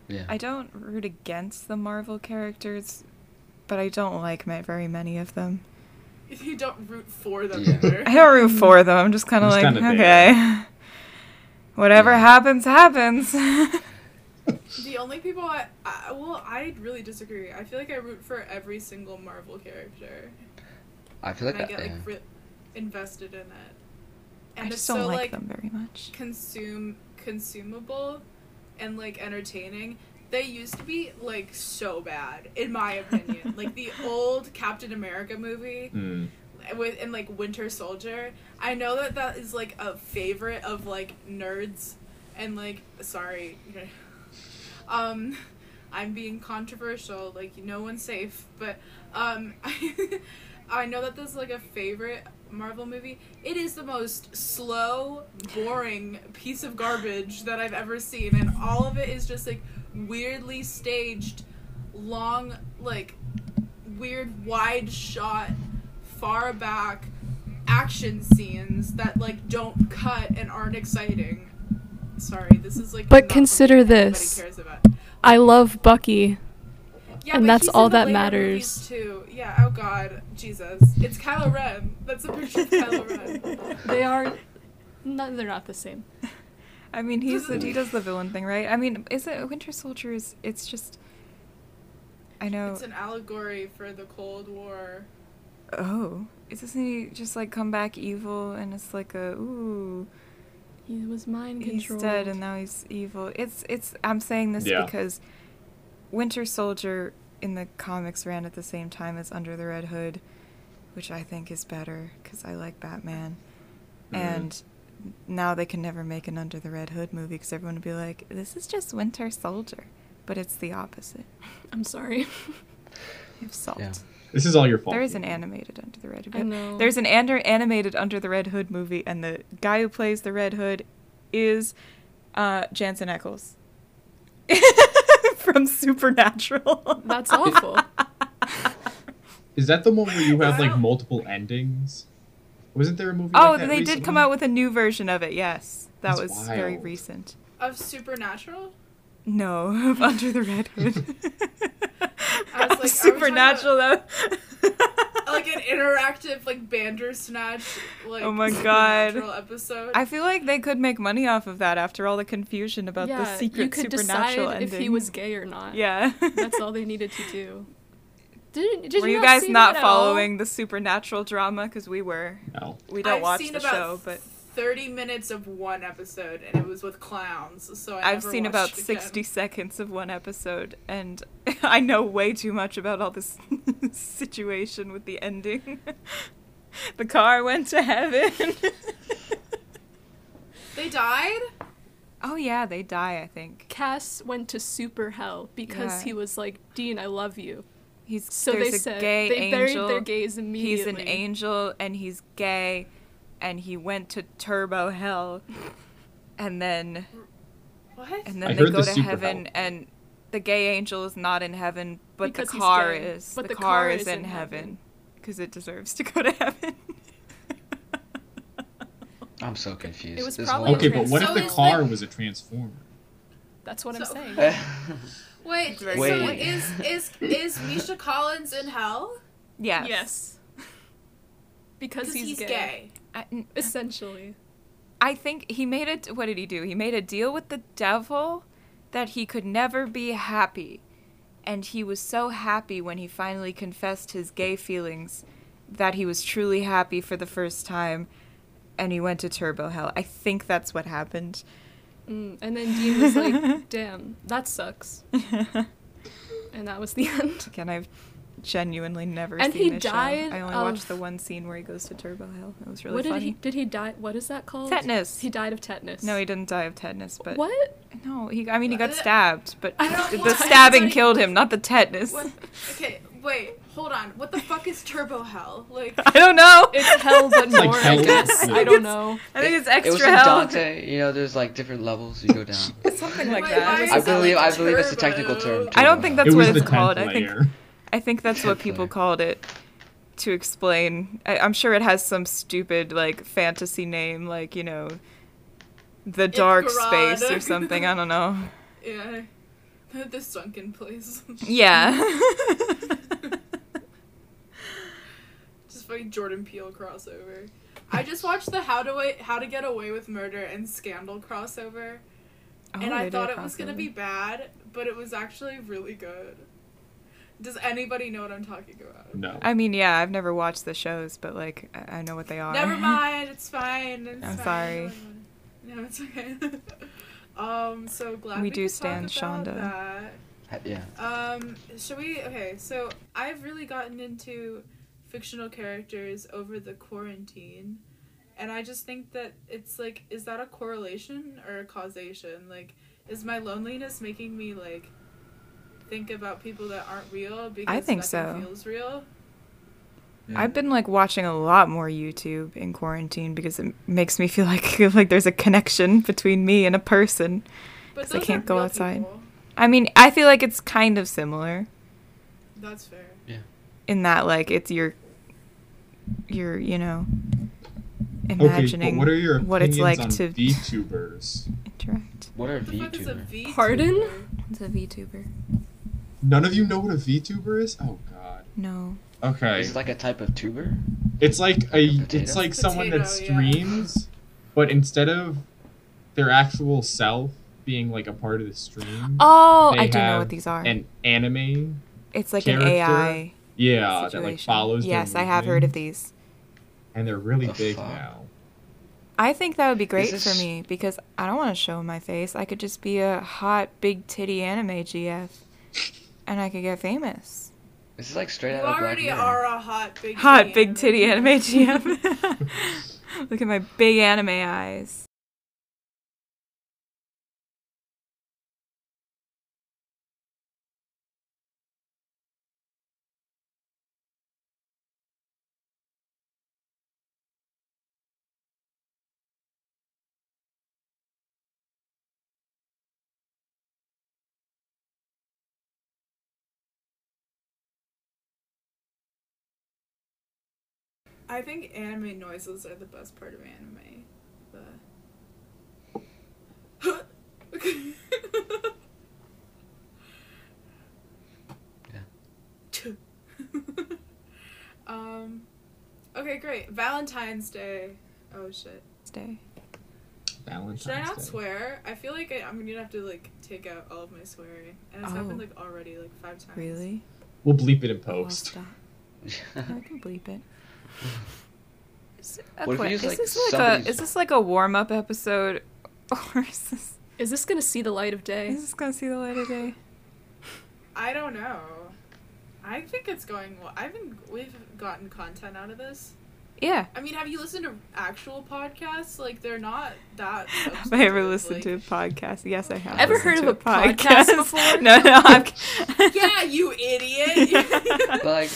[SPEAKER 5] Yeah.
[SPEAKER 6] I don't root against the Marvel characters, but I don't like ma- very many of them.
[SPEAKER 4] you don't root for them
[SPEAKER 5] Yeah.
[SPEAKER 4] either.
[SPEAKER 6] I don't root for them. I'm just kind of
[SPEAKER 3] It's
[SPEAKER 6] like,
[SPEAKER 3] kinda there.
[SPEAKER 6] okay. Whatever
[SPEAKER 5] Yeah.
[SPEAKER 6] happens, happens.
[SPEAKER 4] The only people I, I well, I really disagree. I feel like I root for every single Marvel character.
[SPEAKER 5] I feel like
[SPEAKER 4] and I
[SPEAKER 5] that.
[SPEAKER 4] get
[SPEAKER 5] yeah.
[SPEAKER 4] like re- invested in it.
[SPEAKER 6] I
[SPEAKER 4] And
[SPEAKER 6] just
[SPEAKER 4] it's
[SPEAKER 6] don't
[SPEAKER 4] so
[SPEAKER 6] like
[SPEAKER 4] like
[SPEAKER 6] them very much.
[SPEAKER 4] consume consumable and like entertaining. They used to be like so bad, in my opinion. like the old Captain America movie
[SPEAKER 3] Mm.
[SPEAKER 4] with and like Winter Soldier. I know that that is like a favorite of like nerds, and like sorry, um, I'm being controversial. Like no one's safe, but um, I know that this is like a favorite Marvel movie. It is the most slow, boring piece of garbage that I've ever seen, and all of it is just like weirdly staged, long like weird wide shot far back action scenes that like don't cut and aren't exciting. Sorry, this is like.
[SPEAKER 7] But
[SPEAKER 4] not
[SPEAKER 7] consider
[SPEAKER 4] something anybody
[SPEAKER 7] this.
[SPEAKER 4] cares about.
[SPEAKER 7] I love Bucky.
[SPEAKER 4] Yeah,
[SPEAKER 7] And
[SPEAKER 4] but
[SPEAKER 7] that's
[SPEAKER 4] he's
[SPEAKER 7] all
[SPEAKER 4] in the
[SPEAKER 7] that
[SPEAKER 4] later
[SPEAKER 7] matters.
[SPEAKER 4] movies, Too. Yeah. Oh God, Jesus! It's Kylo Ren. That's a picture of Kylo Ren.
[SPEAKER 7] They are. No, they're not the same.
[SPEAKER 6] I mean, he's the, he does the villain thing, right? I mean, is it Winter Soldier? Is it's just. I know.
[SPEAKER 4] It's an allegory for the Cold War.
[SPEAKER 6] oh, is doesn't he just like come back evil and it's like a ooh
[SPEAKER 7] He was mind
[SPEAKER 6] he's
[SPEAKER 7] controlled.
[SPEAKER 6] dead and now he's evil. It's it's. I'm saying this
[SPEAKER 3] Yeah.
[SPEAKER 6] because Winter Soldier in the comics ran at the same time as Under the Red Hood, which I think is better because I like Batman,
[SPEAKER 3] Mhm.
[SPEAKER 6] and now they can never make an Under the Red Hood movie because everyone would be like, this is just Winter Soldier, but it's the opposite.
[SPEAKER 7] I'm sorry.
[SPEAKER 6] You have salt.
[SPEAKER 5] Yeah.
[SPEAKER 3] This is all your fault.
[SPEAKER 6] There is an
[SPEAKER 3] people.
[SPEAKER 6] animated Under the Red Hood.
[SPEAKER 7] I know.
[SPEAKER 6] There's an ander- animated Under the Red Hood movie, and the guy who plays the Red Hood is uh, Jansen Eccles from Supernatural.
[SPEAKER 7] That's awful.
[SPEAKER 3] Is that the one where you have
[SPEAKER 4] I
[SPEAKER 3] like
[SPEAKER 4] don't-
[SPEAKER 3] multiple endings? Wasn't there a movie?
[SPEAKER 6] oh,
[SPEAKER 3] like that
[SPEAKER 6] they did come
[SPEAKER 3] recently?
[SPEAKER 6] out with a new version of it. Yes, that
[SPEAKER 3] That's
[SPEAKER 6] was very
[SPEAKER 3] wild.
[SPEAKER 6] recent.
[SPEAKER 4] Of Supernatural?
[SPEAKER 6] No, of Under the Red Hood.
[SPEAKER 4] I was like, are we talking about-
[SPEAKER 6] Supernatural though.
[SPEAKER 4] Like an interactive, like Bandersnatch, like
[SPEAKER 6] Oh my God.
[SPEAKER 4] Supernatural episode.
[SPEAKER 6] I feel like they could make money off of that after all the confusion about
[SPEAKER 7] yeah,
[SPEAKER 6] the secret
[SPEAKER 7] you could decide
[SPEAKER 6] supernatural
[SPEAKER 7] if he
[SPEAKER 6] ending.
[SPEAKER 7] was gay or not.
[SPEAKER 6] Yeah.
[SPEAKER 7] That's all they needed to do. Did, did
[SPEAKER 6] were
[SPEAKER 7] you
[SPEAKER 6] you
[SPEAKER 7] not
[SPEAKER 6] guys
[SPEAKER 7] see
[SPEAKER 6] not
[SPEAKER 7] that at all?
[SPEAKER 6] following the supernatural drama? Because we were.
[SPEAKER 3] No.
[SPEAKER 6] We don't
[SPEAKER 4] I've
[SPEAKER 6] watch
[SPEAKER 4] seen
[SPEAKER 6] the
[SPEAKER 4] about
[SPEAKER 6] show, but
[SPEAKER 4] thirty minutes of one episode, and it was with clowns. So I
[SPEAKER 6] I've
[SPEAKER 4] never
[SPEAKER 6] seen
[SPEAKER 4] watched
[SPEAKER 6] about
[SPEAKER 4] it again.
[SPEAKER 6] 60 seconds of one episode, and I know way too much about all this situation with the ending. the car went to heaven.
[SPEAKER 4] They died.
[SPEAKER 6] oh, yeah, they die, I think.
[SPEAKER 7] Cass went to super hell because
[SPEAKER 6] Yeah.
[SPEAKER 7] he was like, Dean, I love you.
[SPEAKER 6] He's
[SPEAKER 7] So
[SPEAKER 6] there's
[SPEAKER 7] they
[SPEAKER 6] a
[SPEAKER 7] said
[SPEAKER 6] gay
[SPEAKER 7] they
[SPEAKER 6] angel.
[SPEAKER 7] buried their gays immediately.
[SPEAKER 6] He's an angel and he's gay, and he went to turbo hell and then
[SPEAKER 4] What?
[SPEAKER 6] and
[SPEAKER 3] I
[SPEAKER 6] then they
[SPEAKER 3] heard
[SPEAKER 6] go
[SPEAKER 3] the
[SPEAKER 6] to
[SPEAKER 3] super
[SPEAKER 6] heaven
[SPEAKER 3] hell.
[SPEAKER 6] and the gay angel is not in heaven but
[SPEAKER 7] Because
[SPEAKER 6] the
[SPEAKER 7] he's
[SPEAKER 6] car
[SPEAKER 7] gay.
[SPEAKER 6] is
[SPEAKER 7] But
[SPEAKER 6] the, car, is in heaven because it deserves to go to heaven
[SPEAKER 5] I'm so confused.
[SPEAKER 7] It was
[SPEAKER 5] This
[SPEAKER 7] probably
[SPEAKER 5] whole-
[SPEAKER 3] Okay, but what
[SPEAKER 4] So
[SPEAKER 3] if the
[SPEAKER 4] is
[SPEAKER 3] car
[SPEAKER 4] the-
[SPEAKER 3] was a transformer?
[SPEAKER 7] That's what
[SPEAKER 4] So-
[SPEAKER 7] I'm saying.
[SPEAKER 5] Wait.
[SPEAKER 4] Wait,
[SPEAKER 6] very
[SPEAKER 4] so
[SPEAKER 5] Wait.
[SPEAKER 4] is is is Misha Collins in hell?
[SPEAKER 6] yes
[SPEAKER 7] Yes. Because
[SPEAKER 4] Because
[SPEAKER 7] he's,
[SPEAKER 4] he's
[SPEAKER 7] gay.
[SPEAKER 4] gay.
[SPEAKER 6] I,
[SPEAKER 7] Essentially.
[SPEAKER 6] I think he made it what did he do he made a deal with the devil that he could never be happy and he was so happy when he finally confessed his gay feelings that he was truly happy for the first time and he went to turbo hell i think that's what happened
[SPEAKER 7] Mm, and then Dean was like, damn, that sucks. and that was the end.
[SPEAKER 6] Again, I've genuinely never
[SPEAKER 7] And
[SPEAKER 6] seen
[SPEAKER 7] he
[SPEAKER 6] the show.
[SPEAKER 7] died
[SPEAKER 6] I only
[SPEAKER 7] of-
[SPEAKER 6] watched the one scene where he goes to Turbo Hell. It was really
[SPEAKER 7] what did
[SPEAKER 6] funny.
[SPEAKER 7] he did he die what is that called?
[SPEAKER 6] Tetanus.
[SPEAKER 7] He died of tetanus.
[SPEAKER 6] No, he didn't die of tetanus, but
[SPEAKER 7] What?
[SPEAKER 6] No, he. I mean, he
[SPEAKER 4] Uh,
[SPEAKER 6] got stabbed, but
[SPEAKER 7] I don't
[SPEAKER 6] the
[SPEAKER 7] want-
[SPEAKER 6] stabbing
[SPEAKER 4] like-
[SPEAKER 6] killed him, not the tetanus.
[SPEAKER 4] What? Okay, wait, hold on. What the fuck is turbo hell? Like,
[SPEAKER 6] I don't know.
[SPEAKER 7] It's hell but
[SPEAKER 3] like
[SPEAKER 7] more,
[SPEAKER 3] hell
[SPEAKER 7] I
[SPEAKER 3] with
[SPEAKER 7] guess.
[SPEAKER 3] food.
[SPEAKER 7] I don't know.
[SPEAKER 6] I think it's
[SPEAKER 5] It was
[SPEAKER 6] extra
[SPEAKER 5] in
[SPEAKER 6] hell.
[SPEAKER 5] Dante. You know, there's like different levels you go down.
[SPEAKER 6] Something like
[SPEAKER 4] why-
[SPEAKER 6] that.
[SPEAKER 4] why
[SPEAKER 6] It
[SPEAKER 4] is
[SPEAKER 5] I
[SPEAKER 6] was-
[SPEAKER 4] it
[SPEAKER 5] believe-
[SPEAKER 4] like
[SPEAKER 5] I believe it's a
[SPEAKER 4] turbo?
[SPEAKER 5] technical term.
[SPEAKER 6] I don't think that's
[SPEAKER 3] it was
[SPEAKER 6] what
[SPEAKER 3] the
[SPEAKER 6] it's
[SPEAKER 3] tenth
[SPEAKER 6] called.
[SPEAKER 3] layer.
[SPEAKER 6] I think I think that's what people
[SPEAKER 5] Exactly.
[SPEAKER 6] called it to explain. I, I'm sure it has some stupid like fantasy name, like you know, the dark
[SPEAKER 4] Garad.
[SPEAKER 6] space or something. I don't know.
[SPEAKER 4] Yeah. The, the sunken place.
[SPEAKER 6] Yeah.
[SPEAKER 4] just fucking Jordan Peele crossover. I just watched the How to Wa- How to Get Away with Murder and Scandal crossover,
[SPEAKER 6] Oh,
[SPEAKER 4] and I thought it was gonna be bad, but it was actually really good. Does anybody know what I'm talking about?
[SPEAKER 3] No.
[SPEAKER 6] I mean, yeah, I've never watched the shows, but like I I know what they are.
[SPEAKER 4] Never mind, it's fine. It's
[SPEAKER 6] I'm
[SPEAKER 4] fine.
[SPEAKER 6] sorry.
[SPEAKER 4] No, it's okay. um, so glad
[SPEAKER 6] We
[SPEAKER 4] we,
[SPEAKER 6] do
[SPEAKER 4] could
[SPEAKER 6] stand
[SPEAKER 4] talk about
[SPEAKER 6] Shonda.
[SPEAKER 4] That.
[SPEAKER 5] Yeah.
[SPEAKER 4] Um, should we? Okay, so I've really gotten into fictional characters over the quarantine, and I just think that it's like, is that a correlation or a causation? Like, is my loneliness making me like think about people that aren't real because
[SPEAKER 6] think
[SPEAKER 4] nothing
[SPEAKER 6] so.
[SPEAKER 4] feels real?
[SPEAKER 6] I've been like watching a lot more YouTube in quarantine because it makes me feel like like there's a connection between me and a person.
[SPEAKER 4] But
[SPEAKER 6] 'Cause I
[SPEAKER 4] those
[SPEAKER 6] can't
[SPEAKER 4] aren't
[SPEAKER 6] go
[SPEAKER 4] real
[SPEAKER 6] outside.
[SPEAKER 4] people.
[SPEAKER 6] I mean, I feel like it's kind of similar
[SPEAKER 4] That's fair.
[SPEAKER 6] in that like it's your your, you know,
[SPEAKER 3] Okay,
[SPEAKER 6] imagining
[SPEAKER 3] but what are your
[SPEAKER 6] what it's like
[SPEAKER 3] on
[SPEAKER 6] to
[SPEAKER 3] VTubers?
[SPEAKER 6] interact.
[SPEAKER 5] What are
[SPEAKER 4] What the fuck is a
[SPEAKER 5] VTubers?
[SPEAKER 4] VTuber?
[SPEAKER 7] Pardon?
[SPEAKER 6] It's a VTuber.
[SPEAKER 3] None of you know what a VTuber is? Oh god.
[SPEAKER 6] No.
[SPEAKER 3] Okay.
[SPEAKER 5] Is it like a type of tuber?
[SPEAKER 3] It's like a
[SPEAKER 5] Potato?
[SPEAKER 3] it's like someone that
[SPEAKER 4] Potato, yeah.
[SPEAKER 3] streams, but instead of their actual self being like a part of the stream,
[SPEAKER 6] Oh,
[SPEAKER 3] They
[SPEAKER 6] I do know
[SPEAKER 3] have
[SPEAKER 6] what these are.
[SPEAKER 3] an anime,
[SPEAKER 6] It's like
[SPEAKER 3] character
[SPEAKER 6] an AI
[SPEAKER 3] yeah, that like
[SPEAKER 6] situation.
[SPEAKER 3] follows. their
[SPEAKER 6] yes, I have heard of
[SPEAKER 3] movement,
[SPEAKER 6] these.
[SPEAKER 3] and they're really
[SPEAKER 5] The
[SPEAKER 3] big
[SPEAKER 5] fuck?
[SPEAKER 3] now.
[SPEAKER 6] I think that would be great
[SPEAKER 5] this-
[SPEAKER 6] for me because I don't want to show my face. I could just be a hot big titty anime GF, and I could get famous.
[SPEAKER 5] This is like straight
[SPEAKER 4] You
[SPEAKER 5] out of Black
[SPEAKER 4] already
[SPEAKER 5] Mirror.
[SPEAKER 4] are a hot big
[SPEAKER 6] Hot
[SPEAKER 4] titty
[SPEAKER 6] big titty
[SPEAKER 4] anime.
[SPEAKER 6] anime GF. Look at my big anime eyes.
[SPEAKER 4] I think anime noises are the best part of anime. The
[SPEAKER 5] Yeah.
[SPEAKER 4] um okay, great. Valentine's Day. Oh shit.
[SPEAKER 6] Day.
[SPEAKER 3] Valentine's
[SPEAKER 4] Should I not
[SPEAKER 3] Day.
[SPEAKER 4] swear? I feel like I, I'm gonna have to like take out all of my swearing. And it's
[SPEAKER 6] Oh.
[SPEAKER 4] happened like already like five times.
[SPEAKER 6] Really?
[SPEAKER 3] We'll bleep it in
[SPEAKER 6] Oh, I'll
[SPEAKER 3] post.
[SPEAKER 6] stop. I can bleep it. Is, it a
[SPEAKER 5] What if you
[SPEAKER 6] que-
[SPEAKER 5] use,
[SPEAKER 6] is
[SPEAKER 5] like,
[SPEAKER 6] this like
[SPEAKER 5] somebody's-
[SPEAKER 6] a is this like a warm up episode, or is this
[SPEAKER 7] Is this gonna see the light of day?
[SPEAKER 6] is this gonna see the light of day?
[SPEAKER 4] I don't know. I think it's going well. I've been we've gotten content out of this.
[SPEAKER 6] Yeah,
[SPEAKER 4] I mean, have you listened to actual podcasts? Like they're not that.
[SPEAKER 6] Have I ever
[SPEAKER 4] substantive,
[SPEAKER 6] listened to a
[SPEAKER 4] like-
[SPEAKER 6] podcast? Yes, I have.
[SPEAKER 7] Ever
[SPEAKER 6] listened
[SPEAKER 7] heard
[SPEAKER 6] to
[SPEAKER 7] of a podcast before?
[SPEAKER 6] no, no. I'm...
[SPEAKER 4] Yeah, you idiot.
[SPEAKER 5] But like,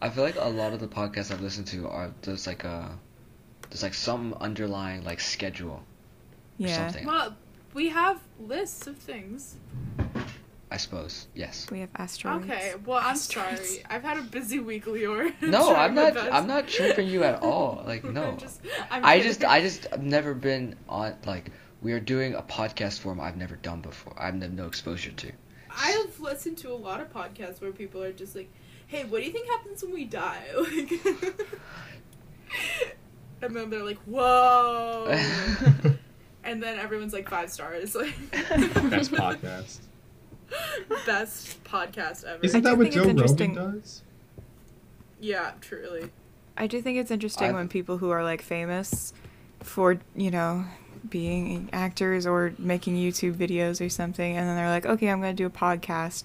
[SPEAKER 5] I feel like a lot of the podcasts I've listened to are those like uh, There's like some underlying like schedule or
[SPEAKER 6] Yeah.
[SPEAKER 5] something.
[SPEAKER 4] Well, we have lists of things.
[SPEAKER 5] I suppose. Yes.
[SPEAKER 6] We have asteroids.
[SPEAKER 4] Okay. Well, I'm
[SPEAKER 6] Asteroids.
[SPEAKER 4] sorry. I've had a busy week, Lior.
[SPEAKER 5] No,
[SPEAKER 4] Trying
[SPEAKER 5] I'm
[SPEAKER 4] my
[SPEAKER 5] not.
[SPEAKER 4] best.
[SPEAKER 5] I'm not chirping you at all. Like
[SPEAKER 4] I'm
[SPEAKER 5] no.
[SPEAKER 4] just- I'm
[SPEAKER 5] I just.
[SPEAKER 4] kidding.
[SPEAKER 5] I just. I've never been on. Like we are doing a podcast form I've never done before. I've n- no exposure to.
[SPEAKER 4] I have listened to a lot of podcasts where people are just like, "Hey, what do you think happens when we die?" Like, and then they're like, "Whoa!"
[SPEAKER 6] Oh.
[SPEAKER 4] and then everyone's like five stars, like
[SPEAKER 3] Best podcast.
[SPEAKER 4] best podcast ever.
[SPEAKER 3] Isn't
[SPEAKER 6] I
[SPEAKER 3] that
[SPEAKER 6] do
[SPEAKER 3] what
[SPEAKER 6] think it's
[SPEAKER 3] Joe Rogan
[SPEAKER 6] interesting.
[SPEAKER 3] does?
[SPEAKER 4] yeah, truly.
[SPEAKER 6] I do think it's interesting
[SPEAKER 5] I-
[SPEAKER 6] when people who are like famous for, you know, being actors or making YouTube videos or something, and then they're like, okay, I'm going to do a podcast.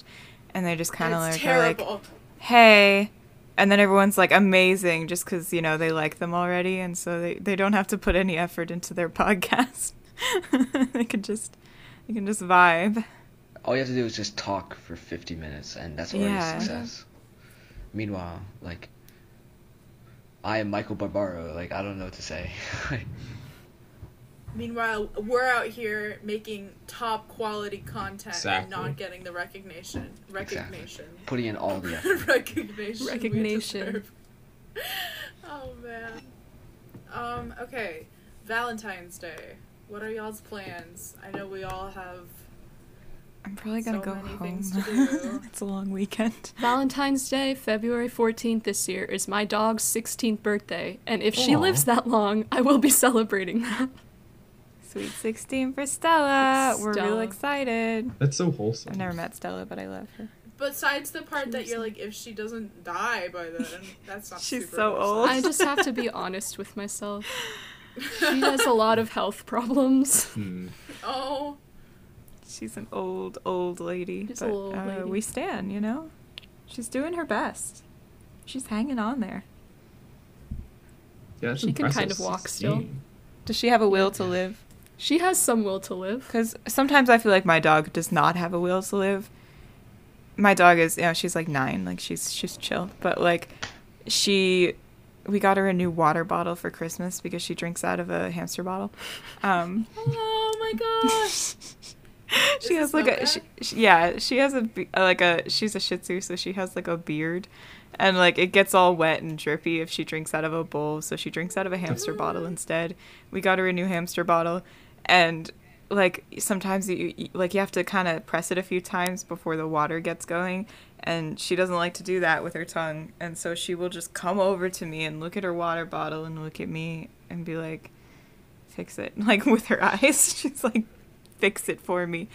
[SPEAKER 6] And they just kind of
[SPEAKER 4] it's
[SPEAKER 6] like, are like,
[SPEAKER 4] terrible.
[SPEAKER 6] hey. And then everyone's like, amazing, just because, you know, they like them already. And so they, they don't have to put any effort into their podcast. they can just. They can just vibe.
[SPEAKER 5] All you have to do is just talk for 50 minutes, and that's already
[SPEAKER 6] Yeah.
[SPEAKER 5] success. Meanwhile, like, I am Michael Barbaro. Like, I don't know what to say. Like,
[SPEAKER 4] Meanwhile, we're out here making top quality content and
[SPEAKER 3] Exactly.
[SPEAKER 4] not getting the recognition.
[SPEAKER 5] Exactly.
[SPEAKER 4] Recognition.
[SPEAKER 5] putting in all the effort.
[SPEAKER 4] recognition. we
[SPEAKER 7] Recognition.
[SPEAKER 4] deserve. oh man. Um. Okay. Valentine's Day. What are y'all's plans? I know we all have.
[SPEAKER 6] I'm probably gonna
[SPEAKER 4] So
[SPEAKER 6] go
[SPEAKER 4] many
[SPEAKER 6] home.
[SPEAKER 4] things to do.
[SPEAKER 6] it's a long weekend.
[SPEAKER 7] Valentine's Day, February 14th this year, is my dog's 16th birthday, and if she
[SPEAKER 5] Aw.
[SPEAKER 7] lives that long, I will be celebrating that.
[SPEAKER 6] Sweet 16 for Stella. We're real
[SPEAKER 7] Stella.
[SPEAKER 6] excited.
[SPEAKER 3] That's so wholesome.
[SPEAKER 6] I've never met Stella, but I love her.
[SPEAKER 4] Besides the part that you're
[SPEAKER 7] Jeez.
[SPEAKER 4] like, if she doesn't die by then, that's not.
[SPEAKER 6] She's
[SPEAKER 4] super
[SPEAKER 6] so
[SPEAKER 4] wholesome.
[SPEAKER 6] old.
[SPEAKER 7] I just have to be honest with myself. She has a lot of health problems.
[SPEAKER 3] Hmm.
[SPEAKER 4] Oh.
[SPEAKER 6] She's an old, old lady.
[SPEAKER 7] She's a
[SPEAKER 6] but,
[SPEAKER 7] old
[SPEAKER 6] uh,
[SPEAKER 7] lady.
[SPEAKER 6] We stand, you know? She's doing her best. She's hanging on there.
[SPEAKER 3] Yeah, that's
[SPEAKER 7] She can
[SPEAKER 3] impressive.
[SPEAKER 7] kind of walk still.
[SPEAKER 3] 16.
[SPEAKER 6] Does she have a will to live?
[SPEAKER 7] She has some will to live.
[SPEAKER 6] Because sometimes I feel like my dog does not have a will to live. My dog is, you know, she's like nine. Like, she's, she's chill. But, like, she. We got her a new water bottle for Christmas because she drinks out of a hamster bottle. Um,
[SPEAKER 4] Oh my gosh.
[SPEAKER 6] she
[SPEAKER 4] Is
[SPEAKER 6] has
[SPEAKER 4] it
[SPEAKER 6] like a
[SPEAKER 4] Snowcat?
[SPEAKER 6] she, she- yeah she has a be- uh, like a she's a shih tzu so she has like a beard and like it gets all wet and drippy if she drinks out of a bowl so she drinks out of a hamster bottle instead we got her a new hamster bottle and like sometimes you you- like you have to kind of press it a few times before the water gets going and she doesn't like to do that with her tongue and so she will just come over to me and look at her water bottle and look at me and be like fix it like with her eyes she's like fix it for me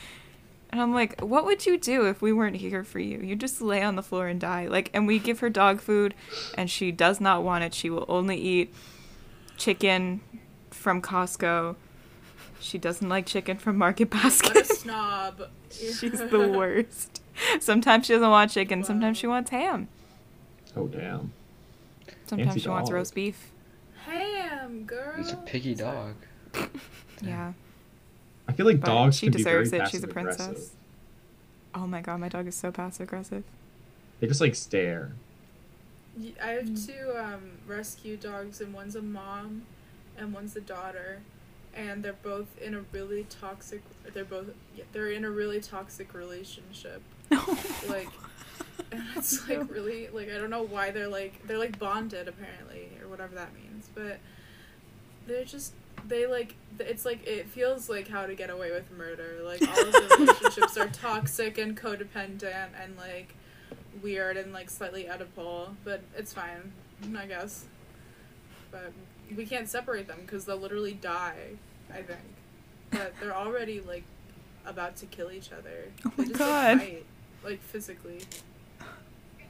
[SPEAKER 6] and i'm like what would you do if we weren't here for you you just lay on the floor and die like and we give her dog food and she does not want it she will only eat chicken from costco she doesn't like chicken from market
[SPEAKER 4] What a
[SPEAKER 6] basket
[SPEAKER 4] snob.
[SPEAKER 6] she's the worst sometimes she doesn't want chicken
[SPEAKER 4] Wow.
[SPEAKER 6] sometimes she wants ham
[SPEAKER 3] Oh damn.
[SPEAKER 6] sometimes
[SPEAKER 3] Fancy
[SPEAKER 6] she wants
[SPEAKER 3] dog.
[SPEAKER 6] roast beef
[SPEAKER 4] Ham, girl.
[SPEAKER 5] It's a piggy dog.
[SPEAKER 6] yeah
[SPEAKER 3] I feel like
[SPEAKER 6] But
[SPEAKER 3] dogs
[SPEAKER 6] she
[SPEAKER 3] can be very
[SPEAKER 6] deserves it. She's a
[SPEAKER 3] passive
[SPEAKER 6] princess.
[SPEAKER 3] aggressive.
[SPEAKER 6] oh my god my dog is so passive aggressive
[SPEAKER 3] They just like stare.
[SPEAKER 4] Y- I have two um, rescue dogs, and one's a mom, and one's a daughter, and they're both in a really toxic. They're both yeah, they're in a really toxic relationship. Like, and it's like really like I don't know why they're like they're like bonded apparently or whatever that means, but they're just they like th- it's like it feels like how to get away with murder. Like all of the relationships are toxic and codependent and like weird and like slightly Oedipal, but it's fine, I guess. But we can't separate them because they'll literally die. I think, but they're already like about to kill each other.
[SPEAKER 6] Oh
[SPEAKER 4] They
[SPEAKER 6] my
[SPEAKER 4] just,
[SPEAKER 6] God.
[SPEAKER 4] Like, fight, like physically.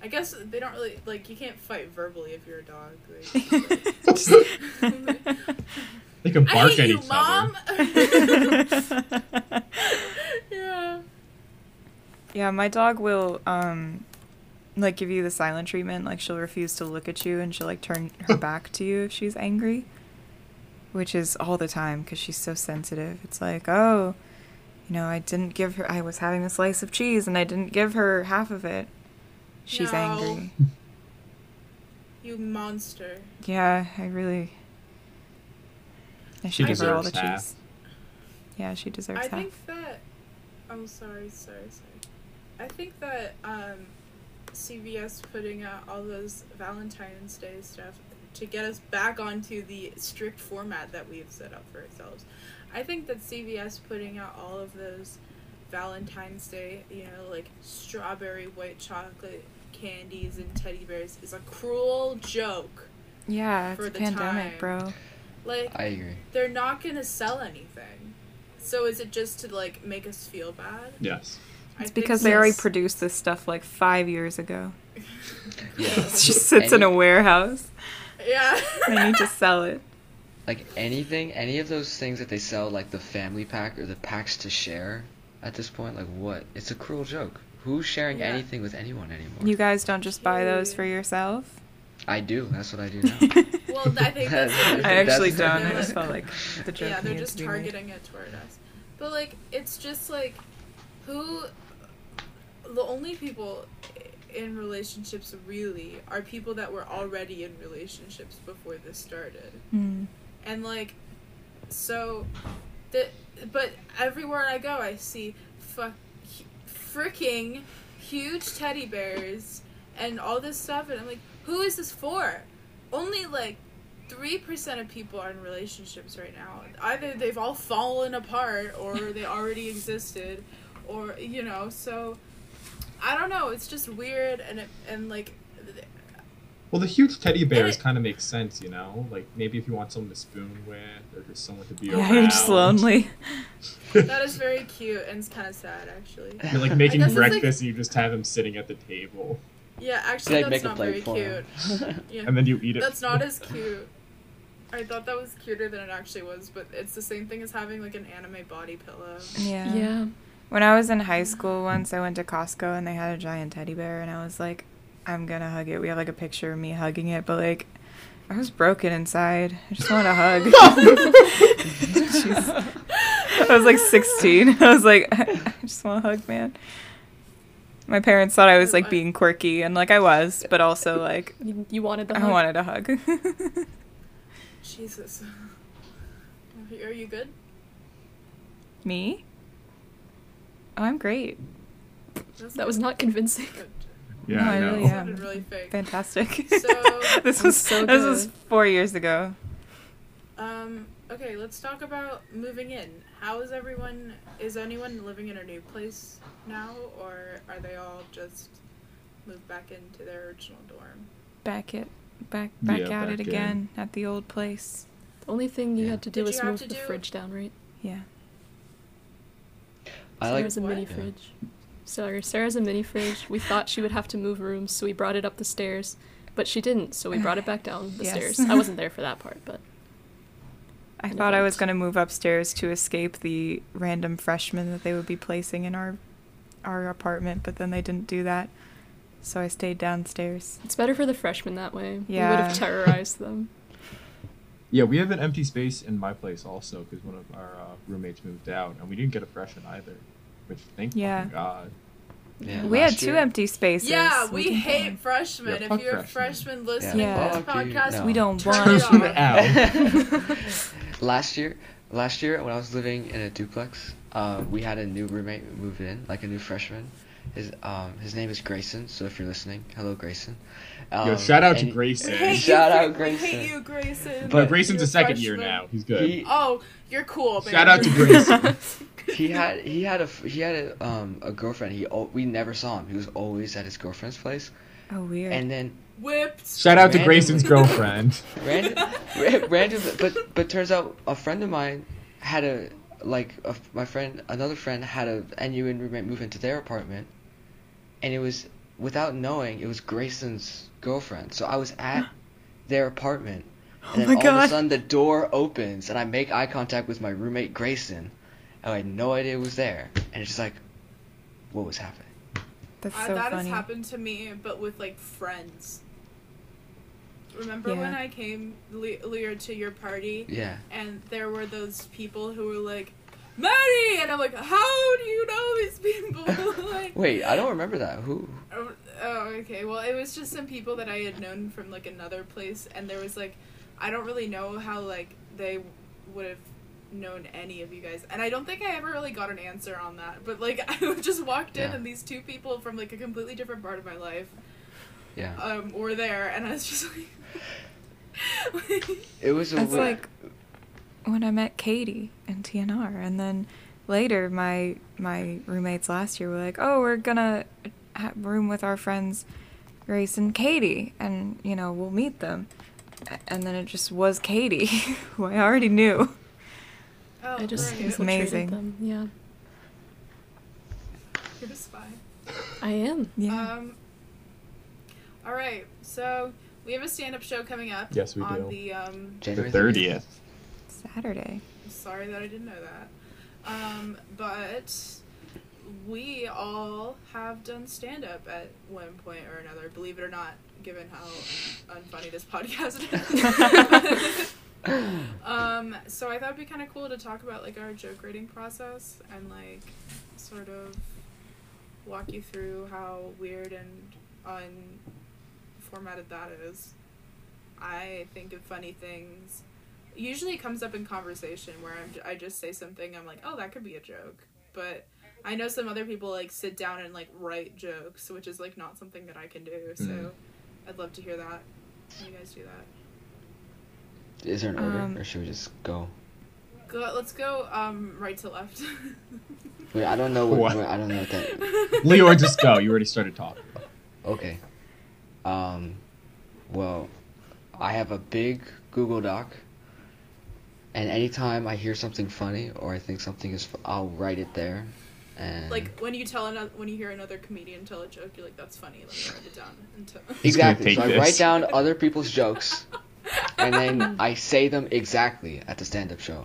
[SPEAKER 4] I guess they don't really like you can't fight verbally if you're a dog. They just, like,
[SPEAKER 3] They can
[SPEAKER 4] I
[SPEAKER 3] bark
[SPEAKER 4] hate
[SPEAKER 3] at
[SPEAKER 4] you,
[SPEAKER 3] each
[SPEAKER 4] mom.
[SPEAKER 3] other.
[SPEAKER 4] yeah.
[SPEAKER 6] Yeah, my dog will um like give you the silent treatment, like she'll refuse to look at you and she'll like turn her back to you if she's angry, which is all the time cuz she's so sensitive. It's like, "Oh, you know, I didn't give her I was having a slice of cheese and I didn't give her half of it." She's
[SPEAKER 4] No.
[SPEAKER 6] angry.
[SPEAKER 4] You monster.
[SPEAKER 6] Yeah, I really I
[SPEAKER 3] She
[SPEAKER 6] should give her all
[SPEAKER 3] deserves
[SPEAKER 6] the
[SPEAKER 3] half.
[SPEAKER 6] cheese. Yeah, she deserves
[SPEAKER 4] I
[SPEAKER 6] half.
[SPEAKER 4] think that. Oh, sorry, sorry, sorry. I think that um, CVS putting out all those Valentine's Day stuff to get us back onto the strict format that we've set up for ourselves. I think that CVS putting out all of those Valentine's Day, you know, like strawberry white chocolate candies and teddy bears is a cruel joke.
[SPEAKER 6] yeah, it's
[SPEAKER 4] for
[SPEAKER 6] a
[SPEAKER 4] the time.
[SPEAKER 6] pandemic, bro.
[SPEAKER 4] Like,
[SPEAKER 5] I agree.
[SPEAKER 4] they're not gonna sell anything. So is it just to like make us feel bad?
[SPEAKER 3] Yes.
[SPEAKER 4] I
[SPEAKER 6] It's
[SPEAKER 4] think
[SPEAKER 6] because they already
[SPEAKER 4] that's-
[SPEAKER 6] produced this stuff like five years ago.
[SPEAKER 5] Yeah.
[SPEAKER 6] It just sits in a
[SPEAKER 5] Any-
[SPEAKER 6] warehouse.
[SPEAKER 4] Yeah.
[SPEAKER 6] They need to sell it.
[SPEAKER 5] Like anything, any of those things that they sell, like the family pack or the packs to share. At this point, like what? It's a cruel joke. Who's sharing
[SPEAKER 4] Yeah.
[SPEAKER 5] anything with anyone anymore?
[SPEAKER 6] You guys don't just buy those for yourself.
[SPEAKER 5] I do. That's what I do now.
[SPEAKER 4] well, I think that's.
[SPEAKER 5] I
[SPEAKER 6] I actually don't.
[SPEAKER 5] That's-
[SPEAKER 6] I just felt like the joke.
[SPEAKER 4] yeah, they're
[SPEAKER 6] needed
[SPEAKER 4] just
[SPEAKER 6] to be made.
[SPEAKER 4] targeting it toward us. But like, it's just like, who? The only people in relationships really are people that were already in relationships before this started.
[SPEAKER 6] Mm.
[SPEAKER 4] and like so the but everywhere i go i see fuck hu- freaking huge teddy bears and all this stuff and i'm like who is this for only like 3% of people are in relationships right now either they've all fallen apart or they already existed or you know so i don't know it's just weird and it, and like
[SPEAKER 3] Well, the huge teddy bears
[SPEAKER 4] it-
[SPEAKER 3] kind of makes sense, you know. Like maybe if you want someone to spoon with, or just someone to be
[SPEAKER 6] Yeah,
[SPEAKER 3] around.
[SPEAKER 6] you're just lonely.
[SPEAKER 4] that is very cute and it's kind of sad actually
[SPEAKER 3] You're like making
[SPEAKER 4] guess it's like-
[SPEAKER 3] breakfast, and you just have him sitting at the table,
[SPEAKER 4] yeah
[SPEAKER 5] Did I
[SPEAKER 4] actually that's
[SPEAKER 5] make a
[SPEAKER 4] not
[SPEAKER 5] plate
[SPEAKER 4] very
[SPEAKER 5] for
[SPEAKER 4] cute
[SPEAKER 5] him?
[SPEAKER 4] yeah
[SPEAKER 3] and then you eat it.
[SPEAKER 4] That's not as cute. I thought that was cuter than it actually was, but it's the same thing as having like an anime body pillow.
[SPEAKER 6] Yeah.
[SPEAKER 7] Yeah.
[SPEAKER 6] When I was in high school once, I went to Costco and they had a giant teddy bear, and I was like, I'm gonna hug it. We have like a picture of me hugging it, but like, I was broken inside. I just wanted a hug. Jeez. I was like 16. I was like, I just want a hug, man. My parents thought I was like being quirky, and like I was, but also like,
[SPEAKER 7] You, you wanted the
[SPEAKER 6] I
[SPEAKER 7] hug.
[SPEAKER 6] wanted a hug.
[SPEAKER 4] Jesus. Are you- Are you good?
[SPEAKER 6] me? Oh, I'm great.
[SPEAKER 4] That's
[SPEAKER 7] That was not Oh, convincing.
[SPEAKER 4] good.
[SPEAKER 3] yeah,
[SPEAKER 6] No,
[SPEAKER 3] I
[SPEAKER 6] I
[SPEAKER 3] know.
[SPEAKER 6] really
[SPEAKER 4] That
[SPEAKER 6] am.
[SPEAKER 4] sounded really fake.
[SPEAKER 6] Fantastic.
[SPEAKER 4] So-
[SPEAKER 6] this
[SPEAKER 7] I'm
[SPEAKER 6] was
[SPEAKER 7] so
[SPEAKER 6] this was
[SPEAKER 7] good.
[SPEAKER 6] four years ago.
[SPEAKER 4] Um. Okay, let's talk about moving in. How is everyone? Is anyone living in a new place now, or are they all just moved back into their original dorm?
[SPEAKER 6] back it back back
[SPEAKER 3] Yeah,
[SPEAKER 6] at
[SPEAKER 3] back
[SPEAKER 6] it
[SPEAKER 3] in.
[SPEAKER 6] again at the old place.
[SPEAKER 7] The only thing you
[SPEAKER 5] Yeah.
[SPEAKER 7] had to do
[SPEAKER 4] Did
[SPEAKER 7] was
[SPEAKER 4] you have
[SPEAKER 7] move
[SPEAKER 4] to
[SPEAKER 7] the
[SPEAKER 4] do-
[SPEAKER 7] fridge down, right?
[SPEAKER 6] Yeah.
[SPEAKER 5] I
[SPEAKER 7] Sarah's
[SPEAKER 5] like
[SPEAKER 7] a mini
[SPEAKER 5] Yeah.
[SPEAKER 7] fridge. Sorry, Sarah's a mini fridge. We thought she would have to move rooms, so we brought it up the stairs, but she didn't, so we brought it back down the
[SPEAKER 6] Yes.
[SPEAKER 7] stairs. I wasn't there for that part, but
[SPEAKER 6] I
[SPEAKER 7] No
[SPEAKER 6] thought I was
[SPEAKER 7] thanks.
[SPEAKER 6] going to move upstairs to escape the random freshmen that they would be placing in our our apartment, but then they didn't do that. So I stayed downstairs.
[SPEAKER 7] it's better for the freshmen that way. We would
[SPEAKER 6] Yeah.
[SPEAKER 7] have terrorized them.
[SPEAKER 3] Yeah, we have an empty space in my place also because one of our uh, roommates moved out, and we didn't get a freshman either, which thank
[SPEAKER 6] Yeah.
[SPEAKER 3] fucking God.
[SPEAKER 5] Yeah,
[SPEAKER 6] we had
[SPEAKER 5] last
[SPEAKER 6] two
[SPEAKER 5] year-
[SPEAKER 6] empty spaces.
[SPEAKER 4] Yeah, we,
[SPEAKER 6] didn't-
[SPEAKER 4] hate freshmen.
[SPEAKER 3] Yeah,
[SPEAKER 4] if
[SPEAKER 3] fuck
[SPEAKER 4] you're a
[SPEAKER 3] freshmen.
[SPEAKER 4] freshman listening
[SPEAKER 6] Yeah.
[SPEAKER 4] to this
[SPEAKER 5] Fuck you,
[SPEAKER 4] podcast,
[SPEAKER 5] no.
[SPEAKER 6] we don't
[SPEAKER 4] Turn
[SPEAKER 6] want.
[SPEAKER 4] it off.
[SPEAKER 3] out.
[SPEAKER 5] last year last year when i was living in a duplex uh, we had a new roommate who moved in like a new freshman his um his name is grayson so if you're listening hello grayson um,
[SPEAKER 3] Yo, shout out to
[SPEAKER 5] and-
[SPEAKER 4] We
[SPEAKER 3] Grayson.
[SPEAKER 4] hate you,
[SPEAKER 5] Shout out
[SPEAKER 4] Grayson. We
[SPEAKER 5] Grayson.
[SPEAKER 4] hate you, Grayson.
[SPEAKER 3] But
[SPEAKER 5] But
[SPEAKER 3] Grayson's
[SPEAKER 4] you're
[SPEAKER 3] a second year
[SPEAKER 4] freshman.
[SPEAKER 3] now. He's good.
[SPEAKER 5] He-
[SPEAKER 4] Oh, you're cool. Man.
[SPEAKER 3] Shout out to
[SPEAKER 4] You're-
[SPEAKER 3] Grayson.
[SPEAKER 5] he had he had a f- he had a um a girlfriend he al- we never saw him he was always at his girlfriend's place
[SPEAKER 6] Oh weird.
[SPEAKER 5] and then
[SPEAKER 4] Whipped.
[SPEAKER 3] Shout out to
[SPEAKER 5] Randomly.
[SPEAKER 3] Grayson's girlfriend.
[SPEAKER 5] random, ra- random, but but turns out a friend of mine had a like a, my friend another friend had a NUN roommate move into their apartment, and it was without knowing it was Grayson's girlfriend. So I was at their apartment, and then
[SPEAKER 6] Oh my
[SPEAKER 5] all of
[SPEAKER 6] God.
[SPEAKER 5] a sudden the door opens and I make eye contact with my roommate Grayson, and I had no idea it was there, and it's just like, what was happening?
[SPEAKER 6] That's
[SPEAKER 4] Uh,
[SPEAKER 6] so
[SPEAKER 4] that
[SPEAKER 6] funny.
[SPEAKER 4] has happened to me, but with like friends. Remember
[SPEAKER 6] Yeah.
[SPEAKER 4] when I came le- Lear to your party,
[SPEAKER 5] Yeah,
[SPEAKER 4] and there were those people who were like, "Maddie," and I'm like, "How do you know these people?"
[SPEAKER 6] Oh
[SPEAKER 4] like,
[SPEAKER 5] wait, I don't remember that. Who?
[SPEAKER 4] Oh, oh, okay. Well, it was just some people that I had known from like another place, and there was like, I don't really know how like they would have known any of you guys. And I don't think I ever really got an answer on that. But like I just walked in
[SPEAKER 5] Yeah.
[SPEAKER 4] and these two people from like a completely different part of my life
[SPEAKER 5] Yeah.
[SPEAKER 6] Uh,
[SPEAKER 4] um were there and I was just like
[SPEAKER 5] It was a
[SPEAKER 6] That's
[SPEAKER 5] weird-
[SPEAKER 6] like when I met Katie and TNR, and then later my my roommates last year were like, "Oh, we're gonna ha room with our friends Grace and Katie, and you know we'll meet them." A- And then it just was Katie, who I already knew.
[SPEAKER 4] Oh,
[SPEAKER 7] I just
[SPEAKER 4] right.
[SPEAKER 6] It's
[SPEAKER 7] infiltrated
[SPEAKER 6] amazing.
[SPEAKER 7] them. Yeah,
[SPEAKER 4] You're a spy.
[SPEAKER 7] I am.
[SPEAKER 6] Yeah.
[SPEAKER 4] Um, all right, so we have a stand-up show coming up.
[SPEAKER 3] Yes, we
[SPEAKER 4] on
[SPEAKER 3] do.
[SPEAKER 4] the um,
[SPEAKER 3] The
[SPEAKER 5] January
[SPEAKER 3] 30th.
[SPEAKER 6] Saturday.
[SPEAKER 4] sorry that I didn't know that. Um, but we all have done stand-up at one point or another. Believe it or not, given how unfunny this podcast is. um, so I thought it'd be kind of cool to talk about like our joke rating process and like sort of walk you through how weird and unformatted that is. I think of funny things. Usually it comes up in conversation where I'm, I just say something, I'm like, oh, that could be a joke. But I know some other people like sit down and like write jokes, which is like not something that I can do. So
[SPEAKER 3] Mm.
[SPEAKER 4] I'd love to hear that. Can you guys do that?
[SPEAKER 5] Is there an order,
[SPEAKER 6] Um,
[SPEAKER 5] or should we just go?
[SPEAKER 4] Go, let's go um, right to left.
[SPEAKER 5] Wait, I don't know what,
[SPEAKER 3] What?
[SPEAKER 5] what- I don't know what that.
[SPEAKER 3] Leor, just go. You already started talking.
[SPEAKER 5] Okay. Um, well, I have a big Google Doc, and anytime I hear something funny or I think something is, fu- I'll write it there, and
[SPEAKER 4] Like when you tell another, when you hear another comedian tell a joke, you're like, "That's funny." Let me write it down. And t-
[SPEAKER 3] He's gonna
[SPEAKER 5] exactly. So
[SPEAKER 3] take
[SPEAKER 5] I write
[SPEAKER 3] this.
[SPEAKER 5] down other people's jokes, and then I say them exactly at the stand-up show,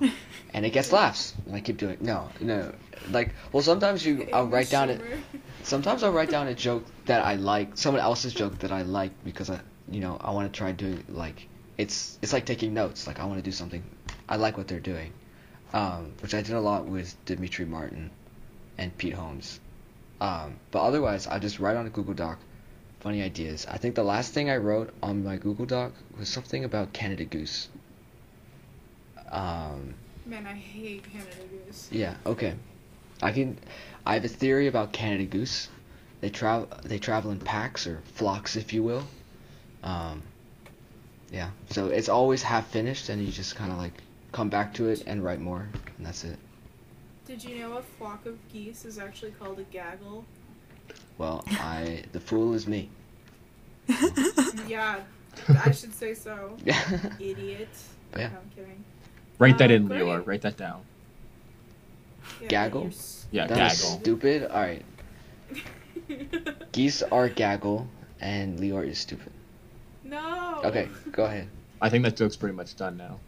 [SPEAKER 5] and it gets laughs. And I keep doing no, no. Like, well, sometimes you I'll write down it.
[SPEAKER 4] Humor.
[SPEAKER 5] Sometimes I'll write down a joke that I like, someone else's joke that I like because I, you know, I want to try doing like it's it's like taking notes. Like I want to do something, I like what they're doing, um, which I did a lot with Dimitri Martin and Pete Holmes. Um, but otherwise, I just write on a Google Doc funny ideas. I think the last thing I wrote on my Google Doc was something about Canada Goose. Um,
[SPEAKER 4] Man, I hate Canada Goose.
[SPEAKER 5] yeah. Okay. I can. I have a theory about Canada goose. They travel. They travel in packs or flocks, if you will. Um, yeah. So it's always half finished, and you just kind of like come back to it and write more, and that's it.
[SPEAKER 4] Did you know a flock of geese is actually called a gaggle?
[SPEAKER 5] Well, I the fool is me.
[SPEAKER 4] yeah, I should say so. Idiot.
[SPEAKER 5] Oh, Yeah.
[SPEAKER 4] No, I'm kidding.
[SPEAKER 3] Write that in,
[SPEAKER 4] Uh,
[SPEAKER 3] Leor.
[SPEAKER 4] great.
[SPEAKER 3] Write that down.
[SPEAKER 4] Yeah,
[SPEAKER 5] Gaggle?
[SPEAKER 4] you're s-
[SPEAKER 3] Yeah,
[SPEAKER 5] that was
[SPEAKER 3] gaggle.
[SPEAKER 5] stupid. All right. Geese are gaggle, and Leor is stupid.
[SPEAKER 4] no.
[SPEAKER 5] Okay, go ahead.
[SPEAKER 3] I think that joke's pretty much done now.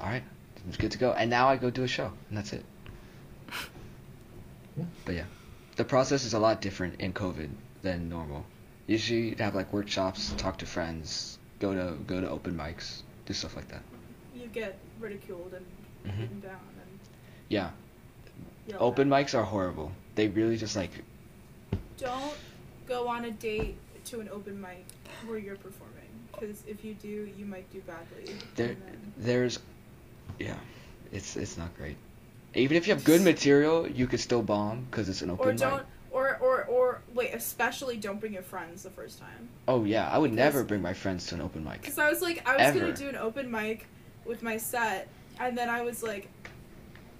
[SPEAKER 5] All right, it's good to go. And now I go do a show, and that's it.
[SPEAKER 3] Yeah.
[SPEAKER 5] But yeah, the process is a lot different in COVID than normal. Usually, you'd have like workshops, talk to friends, go to go to open mics, do stuff like that.
[SPEAKER 4] You get ridiculed and
[SPEAKER 5] Mhm.
[SPEAKER 4] beaten down and
[SPEAKER 5] Yeah,
[SPEAKER 4] yelled at.
[SPEAKER 5] open mics are horrible. They really just like
[SPEAKER 4] don't go on a date to an open mic where you're performing because if you do you might do badly
[SPEAKER 5] there.
[SPEAKER 4] and then-
[SPEAKER 5] There's, yeah, it's it's not great. Even if you have good material, you could still bomb because it's an open
[SPEAKER 4] or
[SPEAKER 5] mic.
[SPEAKER 4] don't or or or wait especially don't bring your friends the first time
[SPEAKER 5] Oh yeah, I would never
[SPEAKER 4] Because-
[SPEAKER 5] bring my friends to an open mic.
[SPEAKER 4] because i was like i was
[SPEAKER 5] Ever.
[SPEAKER 4] gonna do an open mic with my set and then i was like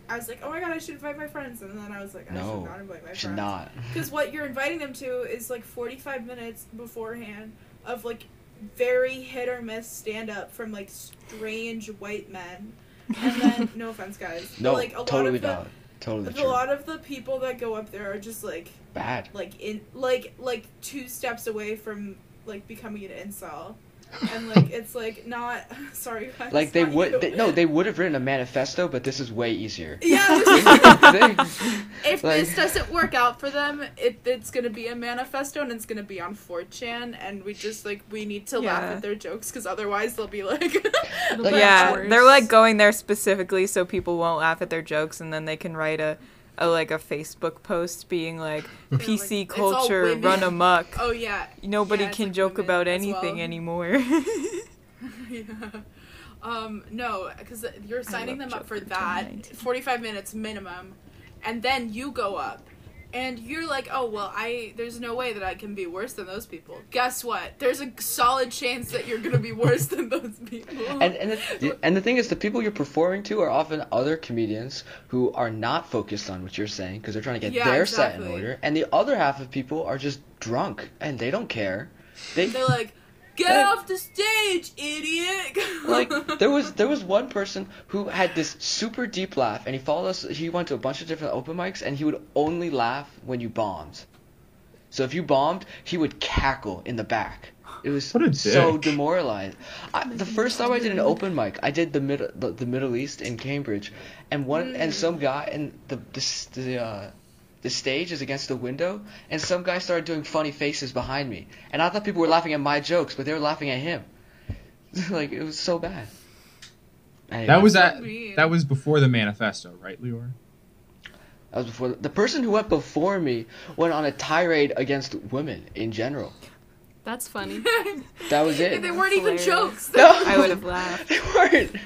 [SPEAKER 4] i was like oh my god i should invite my friends and then i was like i
[SPEAKER 5] No,
[SPEAKER 4] should not invite my
[SPEAKER 5] Should
[SPEAKER 4] friends
[SPEAKER 5] not.
[SPEAKER 4] Because what you're inviting them to is like 45 minutes beforehand of like very hit or miss stand up from like strange white men. And then, no offense, guys. but,
[SPEAKER 5] No,
[SPEAKER 4] like, a
[SPEAKER 5] totally
[SPEAKER 4] lot of
[SPEAKER 5] valid. Totally
[SPEAKER 4] the,
[SPEAKER 5] true.
[SPEAKER 4] a lot of the people that go up there are just like
[SPEAKER 5] Bad.
[SPEAKER 4] like in like like two steps away from like becoming an incel. And like it's like not sorry guys.
[SPEAKER 5] Like they
[SPEAKER 4] not
[SPEAKER 5] would.
[SPEAKER 4] you.
[SPEAKER 5] They, no, they would have written a manifesto, but this is way easier.
[SPEAKER 4] Yeah, this is- If
[SPEAKER 5] Like-
[SPEAKER 4] this doesn't work out for them, it, it's gonna be a manifesto and it's gonna be on 4chan, and we just like we need to laugh
[SPEAKER 6] Yeah.
[SPEAKER 4] at their jokes because otherwise they'll be like,
[SPEAKER 7] It'll
[SPEAKER 5] Like-
[SPEAKER 7] be
[SPEAKER 6] yeah,
[SPEAKER 7] worse.
[SPEAKER 6] they're like going there specifically so people won't laugh at their jokes, and then they can write a, a like a Facebook post being like PC
[SPEAKER 4] "It's all
[SPEAKER 6] culture
[SPEAKER 4] women."
[SPEAKER 6] run amok.
[SPEAKER 4] oh yeah,
[SPEAKER 6] Nobody
[SPEAKER 4] Yeah, it's
[SPEAKER 6] can
[SPEAKER 4] like
[SPEAKER 6] joke
[SPEAKER 4] women
[SPEAKER 6] about
[SPEAKER 4] as well.
[SPEAKER 6] anything anymore.
[SPEAKER 4] yeah. Um, no, because you're signing
[SPEAKER 6] love
[SPEAKER 4] them up for
[SPEAKER 6] Joker
[SPEAKER 4] that
[SPEAKER 6] 2019.
[SPEAKER 4] 45 minutes minimum, and then you go up, and you're like, oh well, I there's no way that I can be worse than those people. Guess what? There's a solid chance that you're gonna be worse than those people.
[SPEAKER 5] And and the, and the thing is, the people you're performing to are often other comedians who are not focused on what you're saying because they're trying to get
[SPEAKER 4] Yeah,
[SPEAKER 5] their set in
[SPEAKER 4] exactly.
[SPEAKER 5] order, and the other half of people are just drunk and they don't care. They
[SPEAKER 4] they're like, get off the stage, idiot!
[SPEAKER 5] like there was there was one person who had this super deep laugh, and he followed us. He went to a bunch of different open mics, and he would only laugh when you bombed. So if you bombed, he would cackle in the back. It was
[SPEAKER 3] What a
[SPEAKER 5] so
[SPEAKER 3] dick.
[SPEAKER 5] demoralized. I, the first time I did an open mic, I did the middle the, the Middle East in Cambridge, and one and some guy and the the s- the, uh, the stage is against the window, and some guy started doing funny faces behind me, and I thought people were laughing at my jokes, but they were laughing at him. like it was so bad. Anyway,
[SPEAKER 3] That was
[SPEAKER 4] So
[SPEAKER 3] at,
[SPEAKER 4] mean.
[SPEAKER 3] that was before the manifesto, right, Lior?
[SPEAKER 5] that was before the, the person who went before me went on a tirade against women in general.
[SPEAKER 7] That's funny.
[SPEAKER 5] That was it.
[SPEAKER 4] they weren't even
[SPEAKER 6] hilarious.
[SPEAKER 4] jokes.
[SPEAKER 6] I would have laughed.
[SPEAKER 5] They weren't.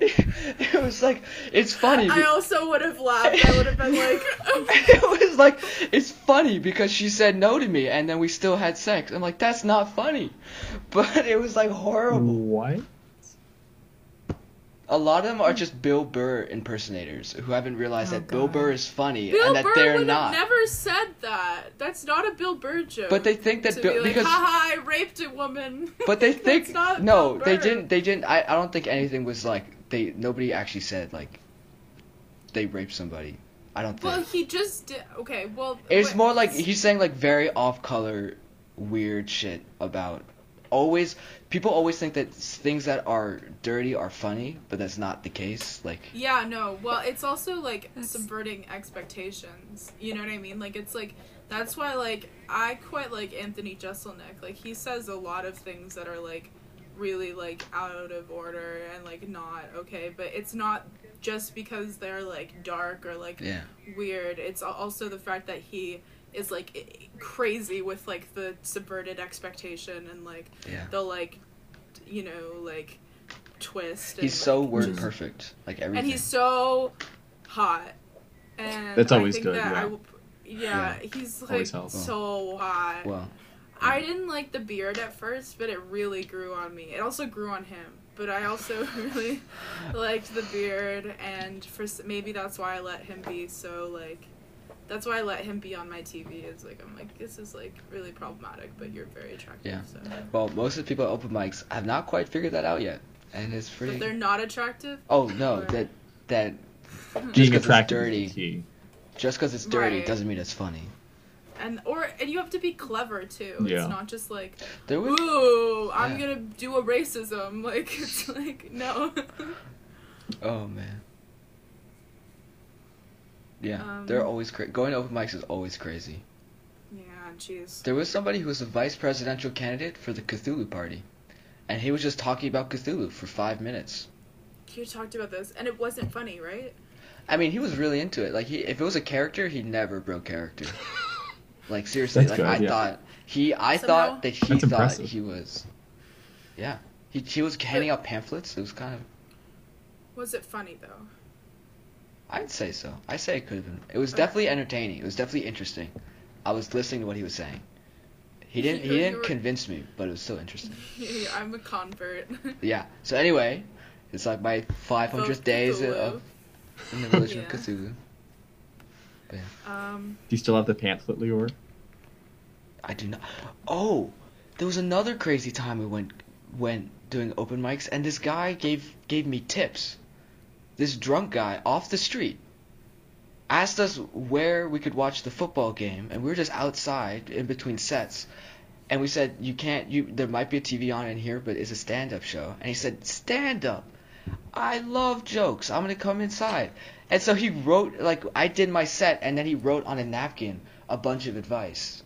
[SPEAKER 5] It was like it's funny.
[SPEAKER 4] I also would have laughed. I would have been like,
[SPEAKER 5] it was like it's funny because she said no to me and then we still had sex. I'm like that's not funny. But it was like horrible.
[SPEAKER 3] What?
[SPEAKER 5] A lot of them are just Bill Burr impersonators who haven't realized that Bill Burr is funny
[SPEAKER 4] Oh, Bill
[SPEAKER 5] and that
[SPEAKER 4] Burr
[SPEAKER 5] they're
[SPEAKER 4] would
[SPEAKER 5] not.
[SPEAKER 4] have never said that. That's not a Bill Burr joke.
[SPEAKER 5] But they think that
[SPEAKER 4] to
[SPEAKER 5] Bill
[SPEAKER 4] be like,
[SPEAKER 5] because
[SPEAKER 4] haha, I raped a woman.
[SPEAKER 5] But they
[SPEAKER 4] That's
[SPEAKER 5] think
[SPEAKER 4] not
[SPEAKER 5] no,
[SPEAKER 4] Bill
[SPEAKER 5] they
[SPEAKER 4] Burr.
[SPEAKER 5] didn't. They didn't. I, I don't think anything was like they. Nobody actually said like they raped somebody. I don't think.
[SPEAKER 4] Well, he just did. Okay, well,
[SPEAKER 5] it's
[SPEAKER 4] wait,
[SPEAKER 5] more like he's saying like very off color, weird shit about always. People always think that s- things that are dirty are funny, but that's not the case. Like
[SPEAKER 4] Yeah, no. Well, it's also like
[SPEAKER 7] That's-
[SPEAKER 4] subverting expectations. You know what I mean? Like it's like that's why like I quite like Anthony Jeselnik. Like he says a lot of things that are like really like out of order and like not okay, but it's not just because they're like dark or like
[SPEAKER 5] yeah,
[SPEAKER 4] weird. It's al- also the fact that he is like i- crazy with like the subverted expectation and like
[SPEAKER 5] yeah.
[SPEAKER 4] the like d- you know like twist. And,
[SPEAKER 5] He's so
[SPEAKER 4] like,
[SPEAKER 5] word
[SPEAKER 4] just-
[SPEAKER 5] perfect. Like everything.
[SPEAKER 4] and he's so hot. And
[SPEAKER 3] That's always
[SPEAKER 4] I think
[SPEAKER 3] good,
[SPEAKER 4] That
[SPEAKER 3] yeah.
[SPEAKER 4] I will, yeah, he's like
[SPEAKER 3] Always helps.
[SPEAKER 4] so hot.
[SPEAKER 5] well.
[SPEAKER 4] I didn't like the beard at first, but it really grew on me. It also grew on him, but I also really liked the beard, and for s- maybe that's why I let him be so like. That's why I let him be on my TV. It's like I'm like this is like really problematic, but you're very attractive.
[SPEAKER 5] Yeah.
[SPEAKER 4] So.
[SPEAKER 5] Well, most of the people at open mics have not quite figured that out yet, and it's
[SPEAKER 4] But
[SPEAKER 5] pretty.
[SPEAKER 4] they're not attractive.
[SPEAKER 5] Oh no,
[SPEAKER 4] Or-
[SPEAKER 5] that that
[SPEAKER 3] Being
[SPEAKER 5] 'cause it's
[SPEAKER 3] attractive is
[SPEAKER 5] dirty.
[SPEAKER 3] the key.
[SPEAKER 5] just because it's dirty
[SPEAKER 4] Right.
[SPEAKER 5] doesn't mean it's funny.
[SPEAKER 4] and or and you have to be clever too.
[SPEAKER 3] Yeah.
[SPEAKER 4] It's not just like
[SPEAKER 5] There was
[SPEAKER 4] ooh, I'm
[SPEAKER 5] Yeah.
[SPEAKER 4] gonna do a racism. Like it's like no.
[SPEAKER 5] oh man. Yeah,
[SPEAKER 4] Um,
[SPEAKER 5] they're always cra- going to open mics is always crazy.
[SPEAKER 4] yeah, jeez.
[SPEAKER 5] There was somebody who was a vice presidential candidate for the Cthulhu party, and he was just talking about Cthulhu for five minutes.
[SPEAKER 4] You talked about this, and it wasn't funny, right?
[SPEAKER 5] I mean, he was really into it. Like, he if it was a character, he never broke character. like seriously,
[SPEAKER 3] That's
[SPEAKER 5] like
[SPEAKER 3] good,
[SPEAKER 5] I
[SPEAKER 3] yeah.
[SPEAKER 5] thought he, I
[SPEAKER 4] Somehow-
[SPEAKER 5] thought that he
[SPEAKER 3] That's
[SPEAKER 5] thought
[SPEAKER 3] impressive.
[SPEAKER 5] he was. Yeah, he he was handing out pamphlets. It was kind of.
[SPEAKER 4] Was it funny though?
[SPEAKER 5] I'd say so. I say it could have been. It was definitely entertaining. It was definitely interesting. I was listening to what he was saying. He didn't.
[SPEAKER 4] You-
[SPEAKER 5] He
[SPEAKER 4] you
[SPEAKER 5] didn't
[SPEAKER 4] were-
[SPEAKER 5] convince me, but it was still interesting.
[SPEAKER 4] I'm a convert.
[SPEAKER 5] Yeah. So anyway, it's like my 500th
[SPEAKER 4] Vote
[SPEAKER 5] days
[SPEAKER 4] Cthulhu.
[SPEAKER 5] of in the religion of
[SPEAKER 4] Yeah.
[SPEAKER 5] Cthulhu.
[SPEAKER 4] Um,
[SPEAKER 3] Do you still have the pamphlet, Lior?
[SPEAKER 5] I do not. Oh, there was another crazy time we went went doing open mics, and this guy gave gave me tips. This drunk guy off the street asked us where we could watch the football game, and we were just outside in between sets. And we said, "You can't. You there might be a TV on in here, but it's a stand-up show." And he said, "Stand up. I love jokes. I'm gonna come inside." And so he wrote like I did my set, and then he wrote on a napkin a bunch of advice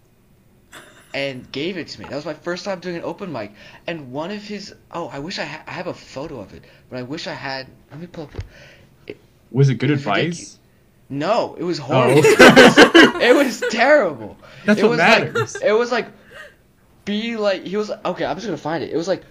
[SPEAKER 5] and gave it to me. That was my first time doing an open mic. And one of his oh, I wish I ha- I have a photo of it, but I wish I had. Let me pull up.
[SPEAKER 3] Was it good
[SPEAKER 5] It was
[SPEAKER 3] advice?
[SPEAKER 5] No, it was
[SPEAKER 3] Oh,
[SPEAKER 5] horrible. it was terrible.
[SPEAKER 3] that's
[SPEAKER 5] it
[SPEAKER 3] what
[SPEAKER 5] was
[SPEAKER 3] matters.
[SPEAKER 5] Like, it was like be like he was like, okay. I'm just gonna find it. It was like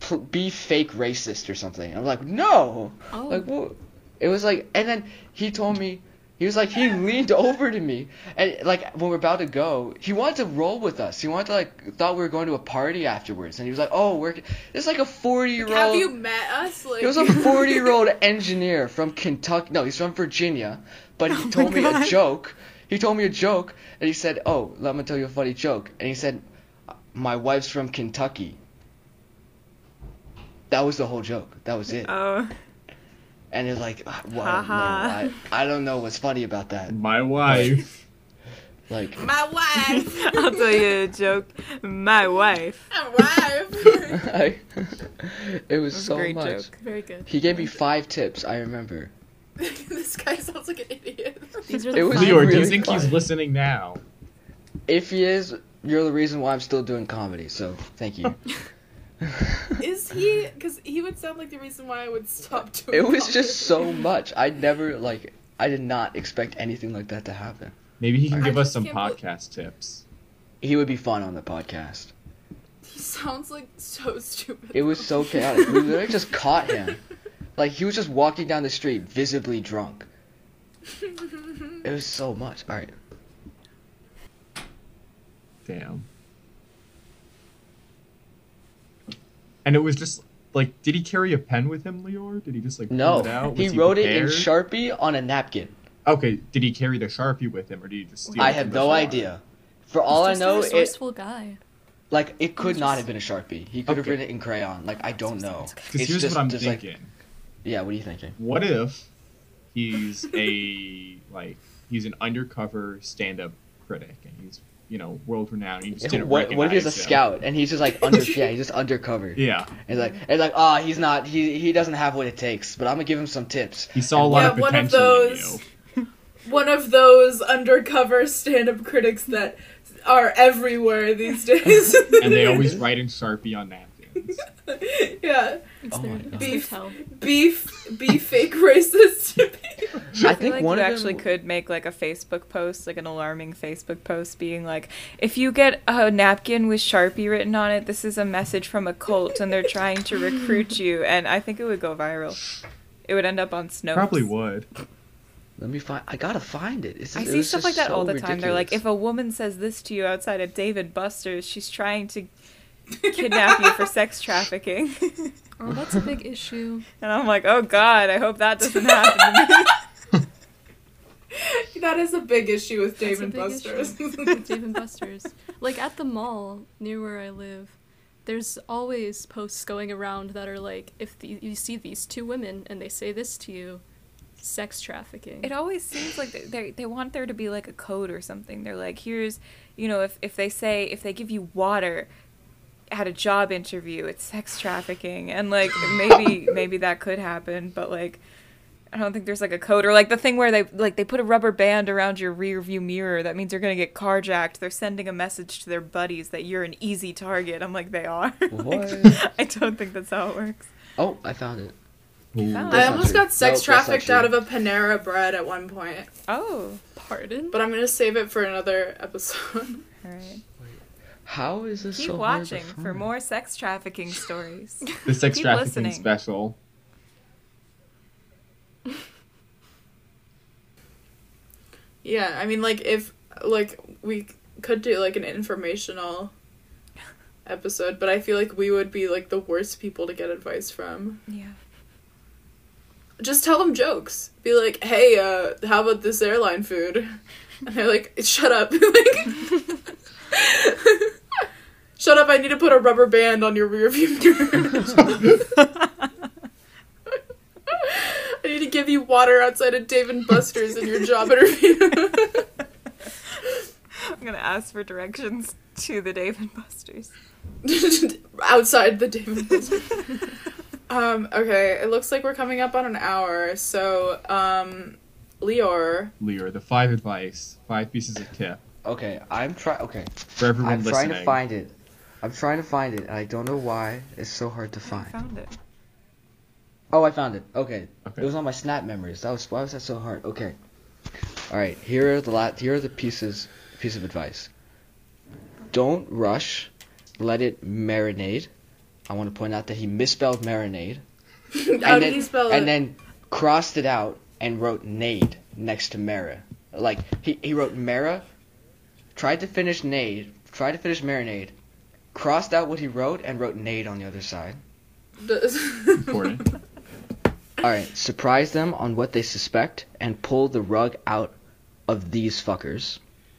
[SPEAKER 5] pl- be fake racist or something. I'm like, no.
[SPEAKER 7] Oh.
[SPEAKER 5] Like what? It was like, and then he told me, he was like, he leaned over to me, and like when we're about to go, he wanted to roll with us. He wanted to like thought we were going to a party afterwards, and he was like, oh, we're it's like a forty year
[SPEAKER 4] Have you
[SPEAKER 5] old.
[SPEAKER 4] met us? Like,
[SPEAKER 5] He was a forty year old engineer from Kentucky. No, he's from Virginia, but
[SPEAKER 6] Oh
[SPEAKER 5] he told me a joke. He told me a joke, and he said, oh, let me tell you a funny joke, and he said, my wife's from Kentucky. That was the whole joke. That was it.
[SPEAKER 6] Oh,
[SPEAKER 5] And it's like, "Ah, well, no,
[SPEAKER 6] Haha.
[SPEAKER 5] I, I don't know what's funny about that.
[SPEAKER 3] My wife.
[SPEAKER 5] Like,
[SPEAKER 4] my wife.
[SPEAKER 6] I'll tell you a joke. My wife.
[SPEAKER 4] my wife.
[SPEAKER 5] I, it was
[SPEAKER 6] That's
[SPEAKER 5] so
[SPEAKER 6] a great
[SPEAKER 5] much.
[SPEAKER 6] joke.
[SPEAKER 7] Very good.
[SPEAKER 5] He gave me five tips. I remember.
[SPEAKER 4] this guy sounds like an idiot.
[SPEAKER 7] These are
[SPEAKER 5] It
[SPEAKER 7] the
[SPEAKER 5] was-
[SPEAKER 7] five-
[SPEAKER 3] Lior, do you
[SPEAKER 5] really
[SPEAKER 3] think he's
[SPEAKER 5] fun.
[SPEAKER 3] listening now?
[SPEAKER 5] If he is, you're the reason why I'm still doing comedy. So thank you.
[SPEAKER 4] Is he? Because he would sound like the reason why I would stop doing.
[SPEAKER 5] it was
[SPEAKER 4] comedy.
[SPEAKER 5] just so much. I never like. I did not expect anything like that to happen.
[SPEAKER 3] Maybe he can
[SPEAKER 5] I
[SPEAKER 3] give us
[SPEAKER 4] just
[SPEAKER 3] some
[SPEAKER 4] can't bel-
[SPEAKER 3] podcast tips.
[SPEAKER 5] He would be fun on the podcast.
[SPEAKER 4] He sounds like so stupid.
[SPEAKER 5] It was so chaotic. We literally just caught him. Like he was just walking down the street, visibly drunk. It was so much. All right.
[SPEAKER 3] Damn. And it was just like, did he carry a pen with him, Lior? Did he just like pull it
[SPEAKER 5] No,
[SPEAKER 3] out?
[SPEAKER 5] he,
[SPEAKER 3] Was
[SPEAKER 5] wrote it in
[SPEAKER 3] prepared?
[SPEAKER 5] Sharpie on a napkin.
[SPEAKER 3] Okay, did he carry the sharpie with him, or did he just steal?
[SPEAKER 5] I
[SPEAKER 3] it
[SPEAKER 5] have
[SPEAKER 3] from
[SPEAKER 5] no
[SPEAKER 3] the car?
[SPEAKER 5] idea. For
[SPEAKER 7] He's
[SPEAKER 5] all I
[SPEAKER 7] just a
[SPEAKER 5] know, it
[SPEAKER 7] resourceful guy.
[SPEAKER 5] like it could
[SPEAKER 7] He's
[SPEAKER 5] not
[SPEAKER 7] just-
[SPEAKER 5] have been a sharpie. He could have
[SPEAKER 3] Okay.
[SPEAKER 5] written it in crayon. Like I don't know.
[SPEAKER 3] Because
[SPEAKER 5] It's
[SPEAKER 3] here's
[SPEAKER 5] just-
[SPEAKER 3] what I'm
[SPEAKER 5] just like-
[SPEAKER 3] thinking:
[SPEAKER 5] Yeah, what are you thinking?
[SPEAKER 3] What if he's a like he's an undercover stand-up critic, and he's you know world renowned. You just didn't
[SPEAKER 5] What, what if he's a
[SPEAKER 3] recognize him.
[SPEAKER 5] scout and he's just like under? yeah, he's just undercover.
[SPEAKER 3] Yeah,
[SPEAKER 5] And like and like ah, he's not. He he doesn't have what it takes. But I'm gonna give him some tips.
[SPEAKER 3] he saw a lot
[SPEAKER 4] Yeah,
[SPEAKER 3] of
[SPEAKER 4] one of
[SPEAKER 3] potential
[SPEAKER 4] those-
[SPEAKER 3] in you.
[SPEAKER 4] one of those undercover stand-up critics that are everywhere these days.
[SPEAKER 3] and they always write in Sharpie on napkins.
[SPEAKER 4] yeah,
[SPEAKER 7] It's
[SPEAKER 5] Oh
[SPEAKER 7] their,
[SPEAKER 5] my God.
[SPEAKER 7] it's their
[SPEAKER 4] Beef.
[SPEAKER 7] tell.
[SPEAKER 4] be f- be fake racist to people.
[SPEAKER 5] I
[SPEAKER 6] I feel
[SPEAKER 5] think
[SPEAKER 6] like
[SPEAKER 5] one
[SPEAKER 6] you
[SPEAKER 5] of
[SPEAKER 6] actually
[SPEAKER 5] them,
[SPEAKER 6] could make like a Facebook post, like an alarming Facebook post, being like, "If you get a napkin with Sharpie written on it, this is a message from a cult, and they're trying to recruit you." And I think it would go viral. It would end up on Snopes.
[SPEAKER 3] Probably would.
[SPEAKER 5] Let me find. I gotta find it. It's
[SPEAKER 6] I
[SPEAKER 5] it
[SPEAKER 6] see
[SPEAKER 5] was
[SPEAKER 6] stuff
[SPEAKER 5] just
[SPEAKER 6] like that
[SPEAKER 5] so
[SPEAKER 6] all the time. They're like,
[SPEAKER 5] ridiculous.
[SPEAKER 6] if a woman says this to you outside of David Buster's, she's trying to kidnap you for sex trafficking.
[SPEAKER 7] Oh, that's a big issue.
[SPEAKER 6] and I'm like, oh god, I hope that doesn't happen. to me."
[SPEAKER 4] That is a big issue with Dave
[SPEAKER 7] That's a
[SPEAKER 4] and
[SPEAKER 7] big
[SPEAKER 4] Buster's.
[SPEAKER 7] issue with Dave and Buster's. Like at the mall near where I live, there's always posts going around that are like, if the, you see these two women and they say this to you, sex trafficking.
[SPEAKER 6] It always seems like they- they they want there to be like a code or something. They're like, here's, you know, if if they say if they give you water at a job interview, it's sex trafficking, and like maybe maybe that could happen, but like. I don't think there's like a code or like the thing where they like they put a rubber band around your rear view mirror. That means you're gonna get carjacked. They're sending a message to their buddies that you're an easy target. I'm like they are. Like,
[SPEAKER 5] What?
[SPEAKER 6] I don't think that's how it works.
[SPEAKER 5] oh, I found it.
[SPEAKER 4] I
[SPEAKER 5] That's not
[SPEAKER 4] almost
[SPEAKER 5] true.
[SPEAKER 4] got sex
[SPEAKER 5] Nope, that's not
[SPEAKER 4] trafficked
[SPEAKER 5] true.
[SPEAKER 4] out of a Panera Bread at one point,
[SPEAKER 6] Oh,
[SPEAKER 7] Pardon?
[SPEAKER 4] but I'm gonna save it for another episode.
[SPEAKER 6] all right.
[SPEAKER 5] How is this
[SPEAKER 6] Keep
[SPEAKER 5] so hard to
[SPEAKER 6] watching for
[SPEAKER 5] find?
[SPEAKER 6] more sex trafficking stories.
[SPEAKER 3] The sex
[SPEAKER 6] Keep
[SPEAKER 3] trafficking
[SPEAKER 6] listening.
[SPEAKER 3] special.
[SPEAKER 4] Yeah, I mean, like if like we could do like an informational episode, but I feel like we would be like the worst people to get advice from.
[SPEAKER 6] Yeah.
[SPEAKER 4] Just tell them jokes. Be like, "Hey, uh, how about this airline food?" And they're like, "Shut up!" like, shut up! I need to put a rubber band on your rear view mirror. I need to give you water outside of Dave and Buster's in your job interview.
[SPEAKER 6] I'm gonna ask for directions to the Dave and Buster's.
[SPEAKER 4] outside the David Buster. um, okay, it looks like we're coming up on an hour, so um Lior.
[SPEAKER 3] Lior, the five advice, five pieces of tip
[SPEAKER 5] Okay, I'm trying. Okay,
[SPEAKER 3] for everyone
[SPEAKER 5] I'm
[SPEAKER 3] listening.
[SPEAKER 5] trying to find it. I'm trying to find it, and I don't know why it's so hard to
[SPEAKER 6] I
[SPEAKER 5] find.
[SPEAKER 6] found it.
[SPEAKER 5] Oh, I found it. Okay.
[SPEAKER 3] Okay.
[SPEAKER 5] It was on my Snap memories. That was why was that so hard? Okay. All right. Here are the la- here are the pieces piece of advice. Don't rush. Let it marinate. I want to point out that he misspelled marinade.
[SPEAKER 4] How
[SPEAKER 5] and
[SPEAKER 4] did
[SPEAKER 5] then,
[SPEAKER 4] Oh, he spell
[SPEAKER 5] and
[SPEAKER 4] it?
[SPEAKER 5] then crossed it out and wrote nade next to Mara. Like he, he wrote Mara, tried to finish nade, tried to finish marinade, crossed out what he wrote and wrote nade on the other side.
[SPEAKER 3] Important.
[SPEAKER 5] All right, surprise them on what they suspect and pull the rug out of these fuckers.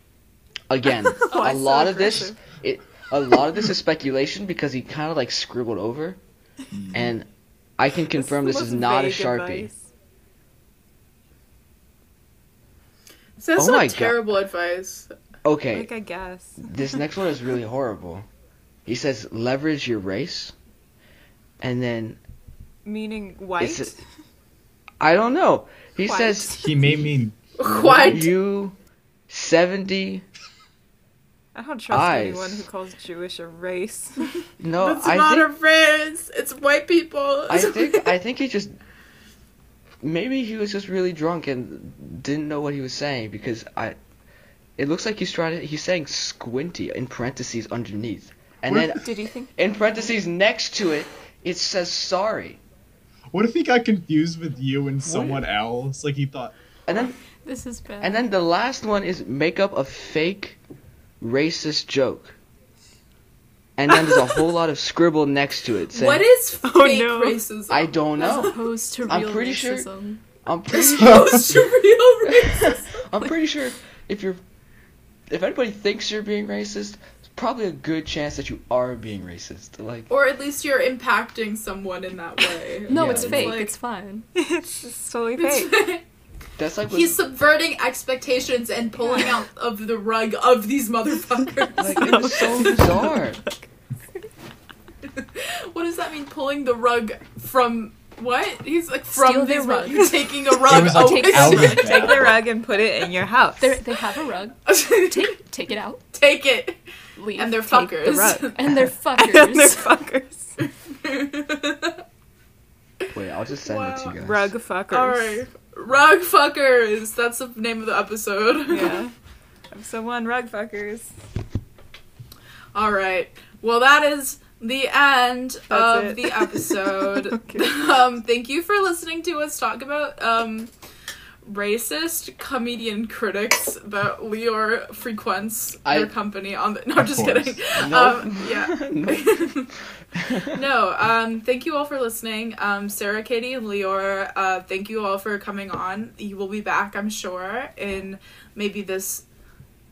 [SPEAKER 5] Again,
[SPEAKER 4] Why
[SPEAKER 5] a
[SPEAKER 4] Oh, so
[SPEAKER 5] lot of this
[SPEAKER 4] aggressive?
[SPEAKER 5] it a lot of this is speculation because he kind of like scribbled over and I can confirm this is not a Sharpie.
[SPEAKER 4] so that's
[SPEAKER 5] Oh my
[SPEAKER 4] not
[SPEAKER 5] God.
[SPEAKER 4] terrible advice.
[SPEAKER 5] Okay.
[SPEAKER 6] Like I guess.
[SPEAKER 5] this next one is really horrible. He says leverage your race, and then
[SPEAKER 6] Meaning white.
[SPEAKER 5] It's I don't know. He
[SPEAKER 6] White.
[SPEAKER 5] says
[SPEAKER 3] he may mean
[SPEAKER 4] Quite.
[SPEAKER 5] you seventy.
[SPEAKER 6] I don't trust
[SPEAKER 5] eyes.
[SPEAKER 6] anyone who calls Jewish a race.
[SPEAKER 5] No,
[SPEAKER 4] That's
[SPEAKER 5] I
[SPEAKER 4] not
[SPEAKER 5] think
[SPEAKER 4] a phrase. It's white people.
[SPEAKER 5] I think I think he just maybe he was just really drunk and didn't know what he was saying because I. It looks like he's trying to. He's saying squinty in parentheses underneath, and
[SPEAKER 3] What
[SPEAKER 5] then
[SPEAKER 6] Did you think?
[SPEAKER 5] in parentheses next to it, it says sorry,
[SPEAKER 3] What if he got confused with you and someone else? Like he thought
[SPEAKER 5] and then
[SPEAKER 7] This is bad.
[SPEAKER 5] And then the last one is make up a fake racist joke. And then there's a whole lot of scribble next to it saying,
[SPEAKER 4] what is fake
[SPEAKER 6] Oh, no.
[SPEAKER 4] racism?
[SPEAKER 5] I don't
[SPEAKER 7] as
[SPEAKER 4] Oh,
[SPEAKER 5] know.
[SPEAKER 7] opposed to real
[SPEAKER 5] I'm pretty sure-
[SPEAKER 7] racism.
[SPEAKER 5] I'm pretty sure
[SPEAKER 4] Opposed to real racism.
[SPEAKER 5] I'm pretty sure if you're if anybody thinks you're being racist, it's probably a good chance that you are being racist. Like
[SPEAKER 4] Or at least you're impacting someone in that way.
[SPEAKER 7] No,
[SPEAKER 5] Yeah,
[SPEAKER 7] it's
[SPEAKER 5] it's
[SPEAKER 7] fake.
[SPEAKER 4] like-
[SPEAKER 7] It's fine.
[SPEAKER 6] it's just totally fake.
[SPEAKER 4] It's-
[SPEAKER 5] that's like what
[SPEAKER 4] He's subverting expectations and pulling out of the rug of these motherfuckers.
[SPEAKER 5] like it's so bizarre.
[SPEAKER 4] what does that mean? Pulling the rug from what? He's like from
[SPEAKER 7] Steal
[SPEAKER 4] this
[SPEAKER 7] their
[SPEAKER 4] rug.
[SPEAKER 7] rug.
[SPEAKER 4] You're taking a rug Oh,
[SPEAKER 3] was, like,
[SPEAKER 4] away.
[SPEAKER 7] Take
[SPEAKER 3] out of
[SPEAKER 7] it.
[SPEAKER 6] Take
[SPEAKER 3] that.
[SPEAKER 6] the rug and put it in your house.
[SPEAKER 7] They're, they have a rug. Take take it out.
[SPEAKER 4] Take it.
[SPEAKER 7] Leave.
[SPEAKER 4] And they're
[SPEAKER 7] take
[SPEAKER 4] fuckers.
[SPEAKER 7] the rug. And they're fuckers.
[SPEAKER 6] And they're fuckers.
[SPEAKER 5] Wait, I'll just send it to you guys.
[SPEAKER 6] Rug fuckers.
[SPEAKER 4] Alright. Rug fuckers. That's the name of the episode.
[SPEAKER 6] Yeah. Episode one, rug fuckers.
[SPEAKER 4] All right. Well, that is the end of
[SPEAKER 6] it.
[SPEAKER 4] the episode.
[SPEAKER 6] Okay.
[SPEAKER 4] um, thank you for listening to us talk about um, racist comedian critics that Lior frequents
[SPEAKER 5] I-
[SPEAKER 4] their company on. The, no, I'm just
[SPEAKER 3] course.
[SPEAKER 4] kidding.
[SPEAKER 5] Nope.
[SPEAKER 4] Um, yeah.
[SPEAKER 5] Nope.
[SPEAKER 4] no. Um, thank you all for listening. Um, Sarah, Katie, and Lior. Uh, thank you all for coming on. You will be back, I'm sure, in maybe this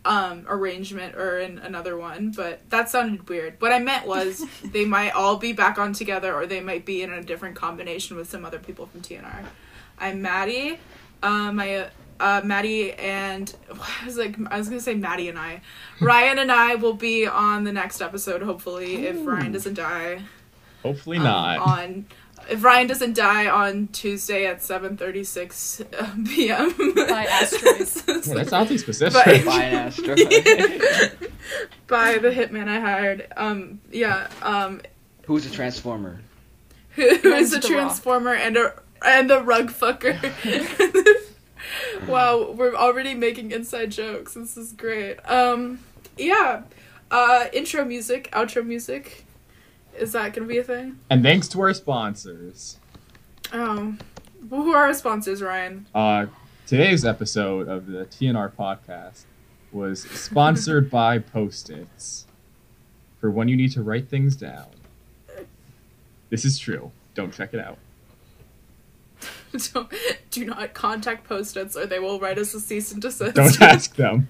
[SPEAKER 4] um arrangement or in another one but that sounded weird what i meant was they might all be back on together or they might be in a different combination with some other people from tnr i'm maddie um i uh maddie and i was like i was gonna say maddie and i ryan and i will be on the next episode hopefully if ryan doesn't die
[SPEAKER 3] hopefully
[SPEAKER 4] um,
[SPEAKER 3] not.
[SPEAKER 4] on if ryan doesn't die on tuesday at uh, 7 36 p.m
[SPEAKER 7] By asteroids.
[SPEAKER 3] Yeah, that sounds like specific.
[SPEAKER 4] But-
[SPEAKER 5] Fine asteroid.
[SPEAKER 4] by the hitman I hired. Um, yeah. Um,
[SPEAKER 5] Who's a transformer?
[SPEAKER 4] who who
[SPEAKER 7] And
[SPEAKER 4] is a
[SPEAKER 7] The Rock.
[SPEAKER 4] transformer and a and a rug fucker? wow, we're already making inside jokes. This is great. Um, yeah. Uh, intro music, outro music. Is that gonna be a thing?
[SPEAKER 3] And thanks to our sponsors.
[SPEAKER 4] Oh, who are our sponsors, Ryan?
[SPEAKER 3] Uh, today's episode of the TNR podcast was sponsored by Post-its for when you need to write things down. This is true. Don't check it out.
[SPEAKER 4] Don't, do not contact post-its or they will write us a cease and desist.
[SPEAKER 3] Don't ask them.